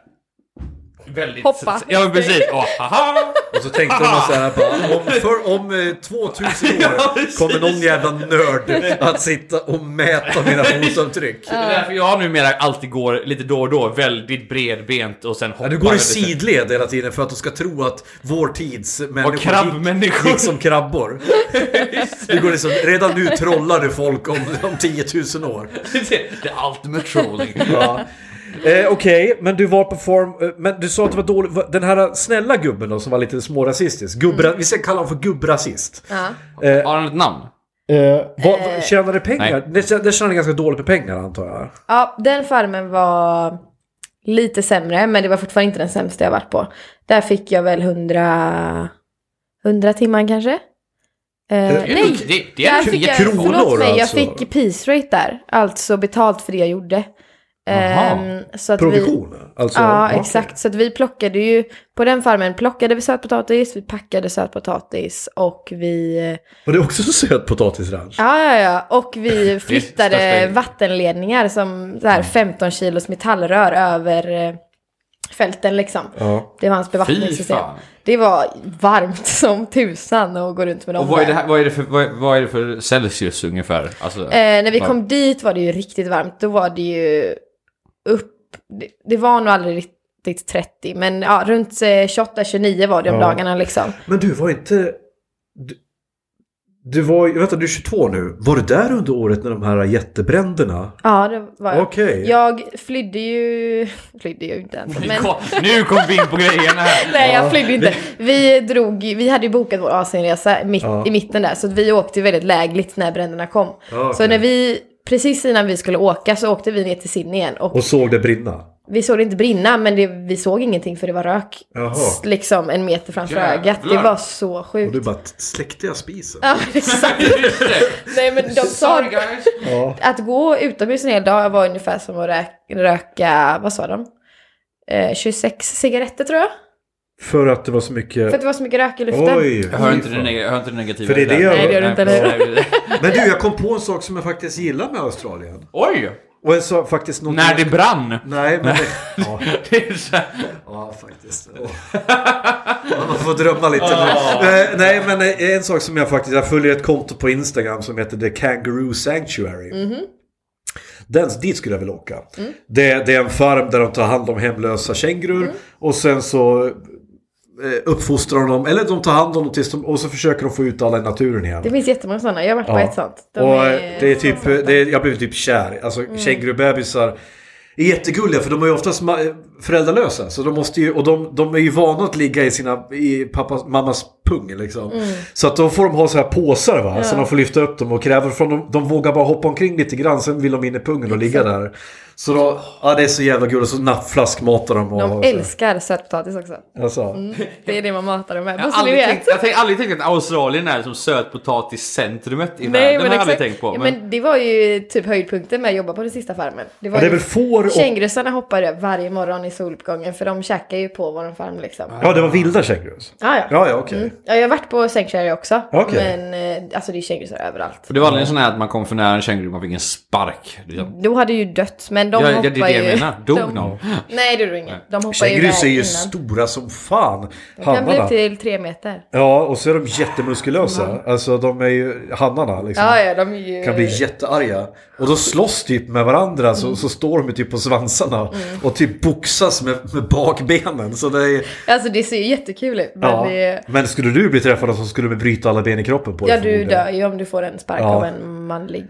Speaker 1: Väldigt,
Speaker 3: Hoppa.
Speaker 1: Ja men precis. Åh, haha.
Speaker 7: Och så tänkte man så här, bara, om, för, om eh, 2000 år kommer någon jävla nörd att sitta och mäta mina fotavtryck.
Speaker 1: Det
Speaker 3: Eh.
Speaker 1: är därför jag numera alltid går lite då och då väldigt bredbent och sen hoppar
Speaker 7: Ja, du går i
Speaker 1: lite.
Speaker 7: sidled hela tiden för att de ska tro att vår tids
Speaker 1: Och
Speaker 7: människor gick,
Speaker 1: krabbmänniskor.
Speaker 7: gick som krabbor. Du går liksom, redan nu trollar du folk om, om 10 000 år.
Speaker 1: The ultimate trolling.
Speaker 7: Ja. Eh, Okej, men du var på form... eh, Men du sa att det var dåligt... va- Den här snälla gubben då som var lite smårasistisk. Gubbra, Vi ska kalla honom för gubbrasist.
Speaker 3: Ja.
Speaker 1: Eh, Har han ett namn?
Speaker 7: Eh, Vad-
Speaker 3: Eh.
Speaker 7: vad- Tjänade pengar?
Speaker 1: Nej.
Speaker 7: Det, tjä- det tjänade ganska dåligt med pengar antar jag.
Speaker 3: Ja, den farmen var lite sämre, men det var fortfarande inte den sämsta jag varit på. Där fick jag väl 100, 100 timmar kanske. Eh,
Speaker 1: Det är
Speaker 3: nej,
Speaker 1: nog- det- det är
Speaker 3: där
Speaker 1: nog
Speaker 3: fick jag,
Speaker 1: kronor,
Speaker 3: förlåt mig,
Speaker 7: alltså.
Speaker 3: jag fick piece rate där. Alltså betalt för det jag gjorde. Ehm, så att vi,
Speaker 7: Provision? alltså,
Speaker 3: Ja,
Speaker 7: okej.
Speaker 3: exakt. Så att vi plockade ju, på den farmen plockade vi sötpotatis, vi packade sötpotatis och vi eh,
Speaker 7: Var det också söt potatisranch?
Speaker 3: Ja, ja, ja. Och vi
Speaker 1: största
Speaker 3: flyttade
Speaker 1: grejen.
Speaker 3: vattenledningar som så här 15 kilos metallrör över eh, fälten liksom.
Speaker 7: Ja.
Speaker 3: Det var hans bevattningssystem.
Speaker 1: fan.
Speaker 3: Det var varmt som tusan att gå runt med dem.
Speaker 1: Och vad är, det
Speaker 3: där.
Speaker 1: här, vad, är det för, vad, vad är det för Celsius ungefär? Alltså,
Speaker 3: Eh, när vi kom dit var det ju riktigt varmt. Då var det ju upp... Det, det var nog aldrig riktigt 30, men ja, runt eh, 28-29 var det om
Speaker 7: Ja.
Speaker 3: dagarna liksom.
Speaker 7: Men du var inte... Du, du var ju- Vänta, du är 22 nu. Var du där under året när de här jättebränderna?
Speaker 3: Ja, det var jag.
Speaker 7: Okej.
Speaker 3: Jag flydde ju... Flydde ju inte ens. Men...
Speaker 1: Kom, nu kom vi in på grejerna här!
Speaker 3: Nej, jag flydde inte. Vi, drog, ju- vi hade ju bokat vår Asienresa mitt, i mitten där, så att vi åkte ju väldigt lägligt när bränderna kom. Så
Speaker 7: okej.
Speaker 3: när vi, precis innan vi skulle åka så åkte vi ner till Sydney igen. Och
Speaker 7: Och såg det brinna?
Speaker 3: vi såg det inte brinna, men det, vi såg ingenting för det var rök
Speaker 7: Jaha.
Speaker 3: s- liksom en meter framför
Speaker 1: Jävlar.
Speaker 3: ögat. Det var så
Speaker 7: Och du
Speaker 3: sjukt.
Speaker 7: bara, släckte jag spisen?
Speaker 3: Ja, exakt. Nej, men de sa att gå utomhus en hel dag var ungefär som att rä- röka, vad sa de? Eh, 26 cigaretter tror jag.
Speaker 7: För att det var så mycket...
Speaker 3: För att det var så mycket rök i luften.
Speaker 7: Oj!
Speaker 1: Jag hör inte det neg- jag hör inte det negativa.
Speaker 7: För det är det
Speaker 1: där.
Speaker 7: jag- Nej, det
Speaker 3: gör du inte,
Speaker 1: Nej,
Speaker 3: eller?
Speaker 1: precis.
Speaker 7: Men du, jag kom på en sak som jag faktiskt gillar med Australien.
Speaker 1: Oj!
Speaker 7: Och en sak faktiskt... Något
Speaker 1: När det brann!
Speaker 7: Nej, men... ja,
Speaker 1: Det är så här-
Speaker 7: ja, faktiskt. Åh. Ja, Man får drömma lite. Men, eh, nej, men eh, en sak som jag faktiskt... Jag följer ett konto på Instagram som heter The Kangaroo Sanctuary. Den, dit skulle jag vilja åka. Det, det är en farm där de tar hand om hemlösa kängurur. Och sen så eh, uppfostrar de dem, eller de tar hand om dem tills de, och så försöker de få ut alla i naturen igen.
Speaker 3: Det finns jättemånga sådana. Jag har varit på
Speaker 7: Ja.
Speaker 3: ett sånt. De
Speaker 7: och
Speaker 3: är- Mm.
Speaker 7: det är typ, det är, jag blev typ kär. Alltså kängurubebisar är jättegulliga för de är ju oftast ma- föräldralösa. Så de måste ju, och de, de är ju vana att ligga i sina, i pappas, mammas pung liksom.
Speaker 3: Mm.
Speaker 7: Så att då får de ha så här påsar va, så de får lyfta upp dem och kräver från dem. De vågar bara hoppa omkring lite grann, sen vill de in i pungen och ligga där. Så då, ja det är så jävla gulligt. Så nappflaskmatar de. Och,
Speaker 3: De älskar Mm. sötpotatis också.
Speaker 7: Alltså.
Speaker 3: Det är det man matar dem med.
Speaker 1: Jag har
Speaker 3: Måste ni
Speaker 1: aldrig tänkt,
Speaker 3: veta.
Speaker 1: jag har aldrig tänkt att Australien är som sötpotatiscentrumet i
Speaker 3: Nej,
Speaker 1: världen.
Speaker 3: men
Speaker 1: det har jag aldrig
Speaker 3: exakt.
Speaker 1: tänkt på.
Speaker 3: Ja,
Speaker 1: Men,
Speaker 3: men det var ju typ höjdpunkten med att jobba på den sista farmen. Det var
Speaker 7: Ja, det är
Speaker 3: ju-
Speaker 7: väl får och...
Speaker 3: Kängurusarna hoppar upp varje morgon i soluppgången för de käkar ju på vår farm liksom.
Speaker 7: Ja det var vilda alltså. kängurur.
Speaker 3: Ja, ja.
Speaker 7: Ja ja okej.
Speaker 3: Mm. ja jag har varit på Sanctuary också.
Speaker 7: Okej.
Speaker 3: Men eh, alltså det är kängurusar överallt.
Speaker 1: för det var aldrig en sån här att man kom för nära en känguru och man fick en spark. Liksom.
Speaker 3: Då hade ju dött, men de
Speaker 1: Ja, ja,
Speaker 3: hoppar
Speaker 1: det är det jag
Speaker 3: ju...
Speaker 1: menar. Dog
Speaker 3: de...
Speaker 1: någon?
Speaker 3: Nej, det gjorde inget. De hoppar ju
Speaker 7: Kängurus är
Speaker 3: iväg
Speaker 7: ju
Speaker 3: innan.
Speaker 7: stora som fan.
Speaker 3: De kan bli till tre meter.
Speaker 7: Ja, och så är de jättemuskulösa. Alltså de är ju hannarna liksom.
Speaker 3: Ja, ja, Mm. de är ju...
Speaker 7: Kan bli jättearga. Och då slåss typ med varandra så, så står de ju typ på svansarna
Speaker 3: Mm.
Speaker 7: och typ boxas med, med bakbenen. Så det är,
Speaker 3: Alltså det ser ju jättekul ut. Men
Speaker 7: ja.
Speaker 3: det...
Speaker 7: Men skulle du bli träffad av som skulle bryta alla ben i kroppen på
Speaker 3: Ja,
Speaker 7: dig,
Speaker 3: du
Speaker 7: förmodligen.
Speaker 3: dör ju om du får en spark
Speaker 7: Ja.
Speaker 3: av en manlig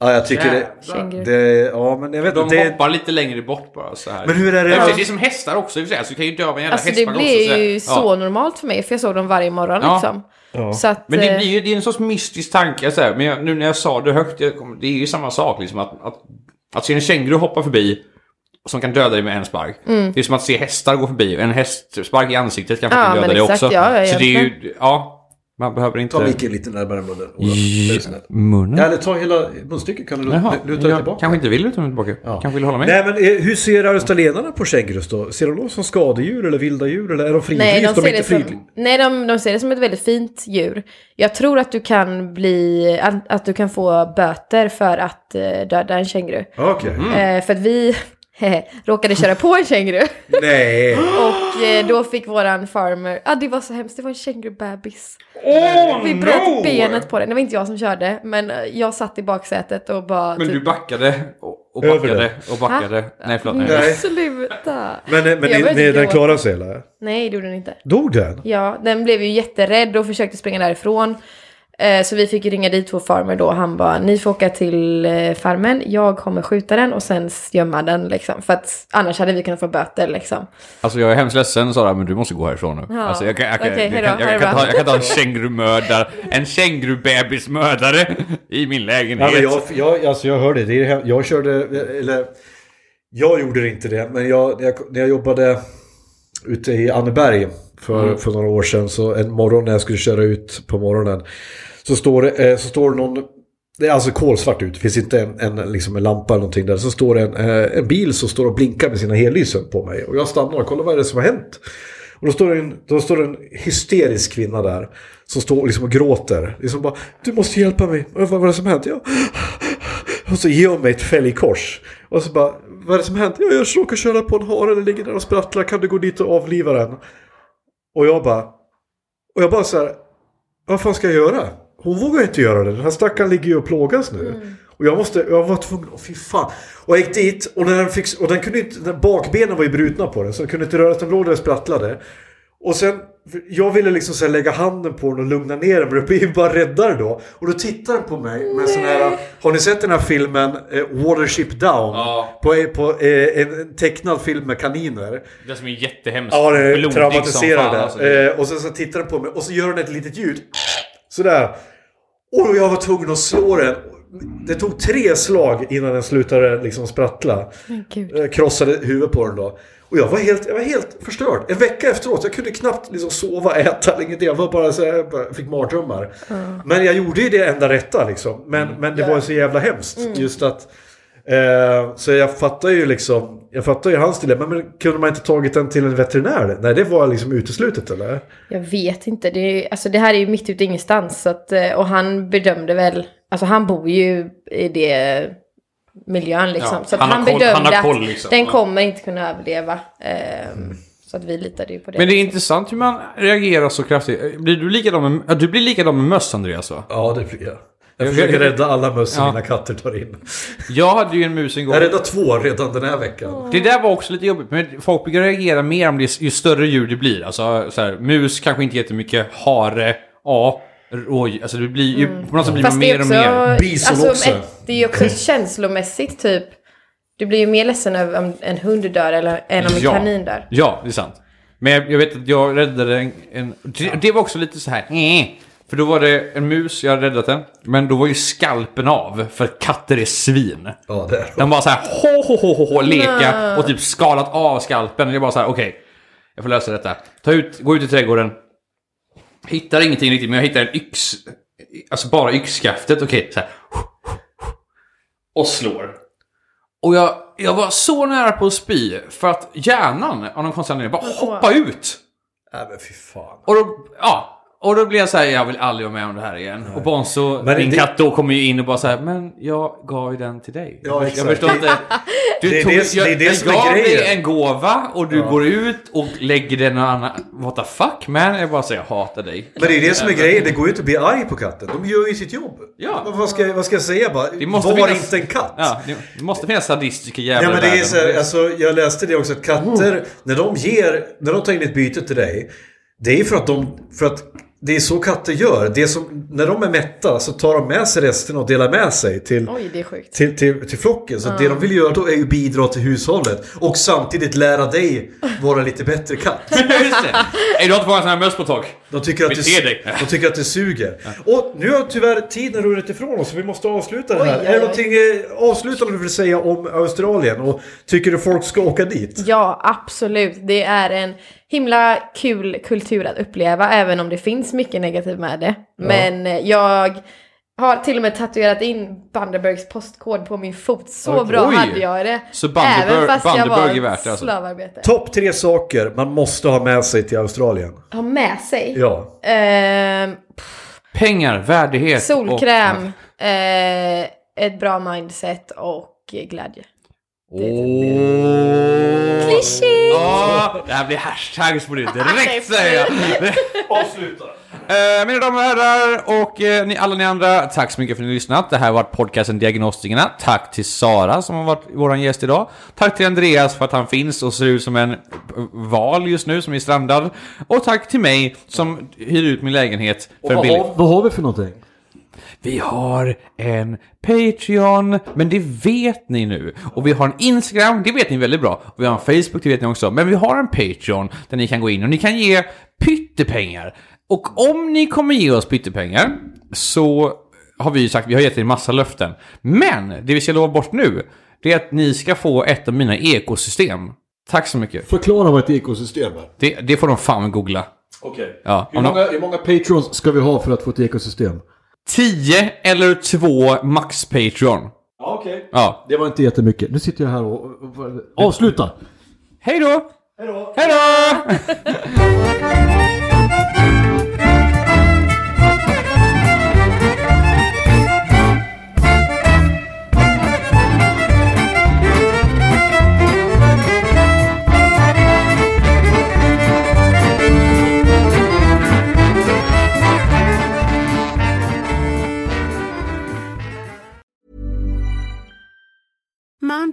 Speaker 7: Ja, jag tycker det,
Speaker 3: känguru.
Speaker 7: det... Ja, men jag vet
Speaker 1: De
Speaker 7: inte. Det,
Speaker 1: hoppar lite längre bort bara så här.
Speaker 7: Men hur är det-
Speaker 1: Ja, precis, Det är som hästar också i och för sig. Alltså, du kan ju dö av en jävla
Speaker 3: Alltså det
Speaker 1: hästbagage också,
Speaker 3: blir
Speaker 1: så här.
Speaker 3: ju så normalt för mig, för jag såg dem varje morgon
Speaker 1: Ja.
Speaker 3: liksom. Så att,
Speaker 1: Men det
Speaker 3: eh,
Speaker 1: blir ju det är en sorts mystisk tanke så här. Men jag, nu när jag sa det högt, jag kom, det är ju samma sak liksom att, att, att se en känguru hoppa förbi som kan döda dig med en spark. Det är som att se hästar gå förbi. En hästspark i ansiktet kan
Speaker 3: Mm. Ja,
Speaker 1: faktiskt
Speaker 3: men
Speaker 1: döda dig
Speaker 3: exakt.
Speaker 1: också.
Speaker 3: Ja, ja,
Speaker 1: så det är ju,
Speaker 3: egentligen.
Speaker 1: ja, man behöver
Speaker 7: ta
Speaker 1: inte...
Speaker 7: micken lite närmare munnen. Ola.
Speaker 1: I
Speaker 7: Är du snäll? Ja,
Speaker 1: munnen?
Speaker 7: eller ta hela munstycket kan du
Speaker 1: Jaha,
Speaker 7: luta luta
Speaker 1: jag
Speaker 7: tillbaka.
Speaker 1: kanske inte vill luta mig tillbaka. Kanske vill hålla med.
Speaker 7: Nej men eh, hur ser australienarna på kängurus då? Ser de dem som skadedjur eller vilda djur eller är de fridlysta?
Speaker 3: nej, de
Speaker 7: är
Speaker 3: ser
Speaker 7: inte
Speaker 3: det
Speaker 7: fridly-
Speaker 3: som, nej de, de ser det som ett väldigt fint djur. Jag tror att du kan bli, att, att du kan få böter för att eh, döda en känguru.
Speaker 1: Mm.
Speaker 7: Okej.
Speaker 3: Eh, för att vi, råkade köra på en känguru.
Speaker 7: Nej.
Speaker 3: Och eh, då fick våran farmer, ja ah, det var så hemskt, det var en kängurubebis.
Speaker 1: Åh,
Speaker 3: Vi
Speaker 1: no!
Speaker 3: bröt benet på den, det var inte jag som körde, men eh, jag satt i baksätet och bara...
Speaker 1: Men
Speaker 3: typ,
Speaker 1: du backade och, och
Speaker 7: Över
Speaker 1: backade och backade. Nej, förlåt.
Speaker 3: Mm.
Speaker 1: Nej.
Speaker 7: Nej.
Speaker 3: Sluta!
Speaker 7: Men, eh, men
Speaker 3: Jag
Speaker 7: ni,
Speaker 3: började
Speaker 7: ni, den
Speaker 3: gråta.
Speaker 7: klarade sig eller?
Speaker 3: Nej, det gjorde den inte.
Speaker 7: Dog den?
Speaker 3: Ja, den blev ju jätterädd och försökte springa därifrån. Eh, Så vi fick ju ringa dit två farmer då. Han bara, ni får åka till eh, farmen, jag kommer skjuta den och sen gömma den liksom. För att annars hade vi kunnat få böter liksom.
Speaker 1: Alltså jag är hemskt ledsen Sara, men du måste gå härifrån nu.
Speaker 3: Ja.
Speaker 1: Alltså, jag kan, jag, kan,
Speaker 3: Okej,
Speaker 1: jag,
Speaker 3: hejdå,
Speaker 1: kan,
Speaker 3: ha det
Speaker 1: jag, kan
Speaker 3: bra.
Speaker 1: ta, jag kan ta en kängurumördare, en kängurubebismördare i min
Speaker 7: Ja,
Speaker 1: lägenhet.
Speaker 7: men jag, jag, alltså jag hörde det. är hem- Jag körde, eller jag gjorde inte det, men jag, när, jag, när jag jobbade ute i Anneberg för, för några år sedan, så en morgon när jag skulle köra ut på morgonen, så står det, eh, så står det någon, det är alltså kolsvart ut, det finns inte en, en, liksom en lampa eller någonting där, så står det en, eh, en bil som står och blinkar med sina hellysen på mig. Och jag stannar och kollar vad är det som har hänt. Och då står, det en, då står det en hysterisk kvinna där. Som står liksom och gråter. Liksom bara, du måste hjälpa mig. Vad vad är det som har hänt? Jag... Och så ger hon mig ett fälgkors. Och så bara, vad är det som har hänt? Ja, jag råkar köra på en hare. Den ligger där och sprattlar. Kan du gå dit och avliva den? Och jag bara... Och jag bara så här, vad fan ska jag göra? Hon vågar inte göra det. Den här stackaren ligger ju och plågas nu. Och jag måste, jag var tvungen, åh fy fan. Och jag gick dit och, när den fick, och den kunde inte, den bakbenen var ju brutna på den så den kunde inte röra sig, den låg där och sprattlade. Och sen, för jag ville liksom så här lägga handen på den och lugna ner den men den blev ju bara räddare då. Och då tittar den på mig med sån här, har ni sett den här filmen eh, Watership Down?
Speaker 1: Ja.
Speaker 7: På, på eh, en, en tecknad film med kaniner.
Speaker 1: Det som är jättehemskt.
Speaker 7: Ja, det är
Speaker 1: Blodig som
Speaker 7: traumatiserande.
Speaker 1: fan, alltså. Det-
Speaker 7: eh, och sen så tittar den på mig och så gör den ett litet ljud. Sådär. Och jag var tvungen att slå den. Det tog tre slag innan den slutade liksom sprattla.
Speaker 3: Men gud.
Speaker 7: Eh, krossade huvudet på den då. Och jag var helt, jag var helt förstörd. En vecka efteråt, jag kunde knappt liksom sova, äta eller ingenting. Jag var bara så här, jag bara fick mardrömmar. Men jag gjorde ju det enda rätta liksom. Men, men det var ju så jävla hemskt. Just att... Eh, så jag fattar ju liksom, jag fattar ju hans dilemma. Men kunde man inte tagit den till en veterinär? Nej, det var liksom uteslutet eller?
Speaker 3: Jag vet inte, det, är, ju- alltså, det här är ju mitt ute i ingenstans. Så att, eh, och han bedömde väl, alltså han bor ju i det miljön liksom.
Speaker 1: Ja,
Speaker 3: så att
Speaker 1: han
Speaker 3: han,
Speaker 1: har koll-
Speaker 3: bedömde
Speaker 1: han har koll,
Speaker 3: att
Speaker 1: liksom.
Speaker 3: den
Speaker 1: Ja. Mm.
Speaker 3: kommer inte kunna överleva. Eh, Så att vi litade ju på det.
Speaker 1: Men det är intressant hur man reagerar så kraftigt. Blir du likadan med, ja, du blir likadan med möss Andreas va?
Speaker 7: Ja, det blir jag. Jag
Speaker 1: Jag
Speaker 7: försöker
Speaker 1: vet-
Speaker 7: rädda alla möss som
Speaker 1: Ja.
Speaker 7: mina katter tar in.
Speaker 1: Jag hade ju en mus en gång.
Speaker 7: Jag räddade två redan den här veckan.
Speaker 1: Det där var också lite jobbigt, men folk brukar reagera mer om det är, ju större djur det blir. Alltså så här, mus kanske inte jättemycket, hare, ja, rådjur. Alltså det blir ju på något sätt blir man
Speaker 3: Mm. Fast det
Speaker 1: mer
Speaker 3: är
Speaker 1: och
Speaker 3: också, alltså,
Speaker 1: mer.
Speaker 7: Bison också.
Speaker 3: Ett, det är ju också känslomässigt typ. Du blir ju mer ledsen över om en hund dör eller, än om en
Speaker 1: Ja.
Speaker 3: kanin dör.
Speaker 1: Ja, det är sant. Men jag, jag vet att jag räddade en... en det, det var också lite så här... "Eh." För då var det en mus, jag hade räddat den. Men då var ju skalpen av, för att katter är svin.
Speaker 7: Ja, det är
Speaker 1: Den bara så här ho, ho, ho, ho, ho leka och typ skalat av skalpen. Jag bara så här, okej. jag får lösa detta. Ta ut, gå ut i trädgården. Hittar ingenting riktigt, men jag hittar en yx. Alltså bara yxskaftet. Okej, så här. Och slår. Och jag, jag var så nära på att spy för att hjärnan av någon konstig anledning bara hoppade ut.
Speaker 7: Nej, Äh, men fy fan.
Speaker 1: Och då, ja. Och då blev jag så här, jag vill aldrig vara med om det här igen. Och Bonzo,
Speaker 7: Men
Speaker 1: din
Speaker 7: det-
Speaker 1: katt då, kommer ju in och bara så här, men jag gav ju den till dig.
Speaker 7: Ja,
Speaker 1: jag
Speaker 7: exakt.
Speaker 1: förstår inte. Du
Speaker 7: Det är
Speaker 1: tog,
Speaker 7: det-
Speaker 1: jag,
Speaker 7: det är det
Speaker 1: jag
Speaker 7: som är
Speaker 1: gav dig
Speaker 7: grejen.
Speaker 1: en gåva och du går ut och lägger den någon annan. What the fuck man? Jag bara säger, jag hatar dig.
Speaker 7: Men det är det som är grejen, det går ju inte att bli arg på katten. De gör ju sitt jobb.
Speaker 1: Ja.
Speaker 7: Vad- Vad, ska, jag- vad ska jag säga bara?
Speaker 1: Det måste
Speaker 7: Var
Speaker 1: finnas-
Speaker 7: inte en katt.
Speaker 1: Ja, det- det måste finnas sadistiska jävlar
Speaker 7: Ja, men det
Speaker 1: i
Speaker 7: är
Speaker 1: världen.
Speaker 7: så här, alltså, jag läste det också att katter, när de ger, när de tar in ett byte till dig, det är för att de, för att det är så katter gör. Det som, när de är mätta så tar de med sig resten och delar med sig till,
Speaker 3: Oj, det är sjukt.
Speaker 7: till, till, till flocken. Så att det de vill göra då är ju bidra till hushållet och samtidigt lära dig vara lite bättre katt.
Speaker 1: Just det. Ey, du har inte fångat sån här möss på ett tag.
Speaker 7: De tycker, att
Speaker 1: Bete
Speaker 7: det,
Speaker 1: dig.
Speaker 7: de tycker att det suger. Och nu har tyvärr tiden runnit ifrån oss, så vi måste avsluta det här.
Speaker 3: Oj, oj,
Speaker 7: Är det
Speaker 3: oj.
Speaker 7: någonting eh, avslutande du vill säga om Australien? Och tycker du folk ska åka dit?
Speaker 3: Ja, absolut. Det är en himla kul kultur att uppleva, även om det finns mycket negativt med det. Men eh, jag har till och med tatuerat in Bundabergs postkod på min fot. Så
Speaker 1: Oj.
Speaker 3: bra
Speaker 1: Oj.
Speaker 3: hade jag det.
Speaker 1: Så Bundaberg-
Speaker 3: även fast jag
Speaker 1: Bundaberg är
Speaker 3: var
Speaker 1: värt det, alltså.
Speaker 3: slavarbete.
Speaker 7: Topp tre saker man måste ha med sig till Australien.
Speaker 3: Ha med sig.
Speaker 7: Ja.
Speaker 3: Ehm,
Speaker 1: Pengar, värdighet och-
Speaker 3: Solkräm, eh, ett bra mindset och glädje.
Speaker 1: Åh!
Speaker 3: Klyschigt!
Speaker 1: Ja, det här blir hashtags på det direkt säger jag!
Speaker 7: Avsluta!
Speaker 1: Eh, Mina damer och herrar och eh, ni, alla ni andra, tack så mycket för att ni har lyssnat. Det här har varit podcasten Diagnostikerna. Tack till Sara som har varit vår gäst idag. Tack till Andreas för att han finns och ser ut som en eh, val just nu som är strandad. Och tack till mig som hyr ut min lägenhet för en billig.
Speaker 2: Vad har vi för någonting?
Speaker 1: Vi har en Patreon, men det vet ni nu. Och vi har en Instagram, det vet ni väldigt bra. Och vi har en Facebook, det vet ni också. Men vi har en Patreon där ni kan gå in och ni kan ge pyttepengar. Och om ni kommer ge oss pyttepengar så har vi ju sagt, vi har gett er massa löften. Men det vi ska lova bort nu, det är att ni ska få ett av mina ekosystem. Tack så mycket.
Speaker 4: Förklara vad ett ekosystem är.
Speaker 1: Det, det får de fan googla.
Speaker 7: Okej.
Speaker 1: Ja,
Speaker 4: Hur
Speaker 1: om de-
Speaker 4: många, hur många patrons ska vi ha för att få ett ekosystem?
Speaker 1: 10 eller 2 max Patreon.
Speaker 7: Ja, okej.
Speaker 1: Ja.
Speaker 4: Det var inte jättemycket. Nu sitter jag här och... Avsluta!
Speaker 1: Hej då!
Speaker 7: Hejdå!
Speaker 1: Hej då!
Speaker 9: Mom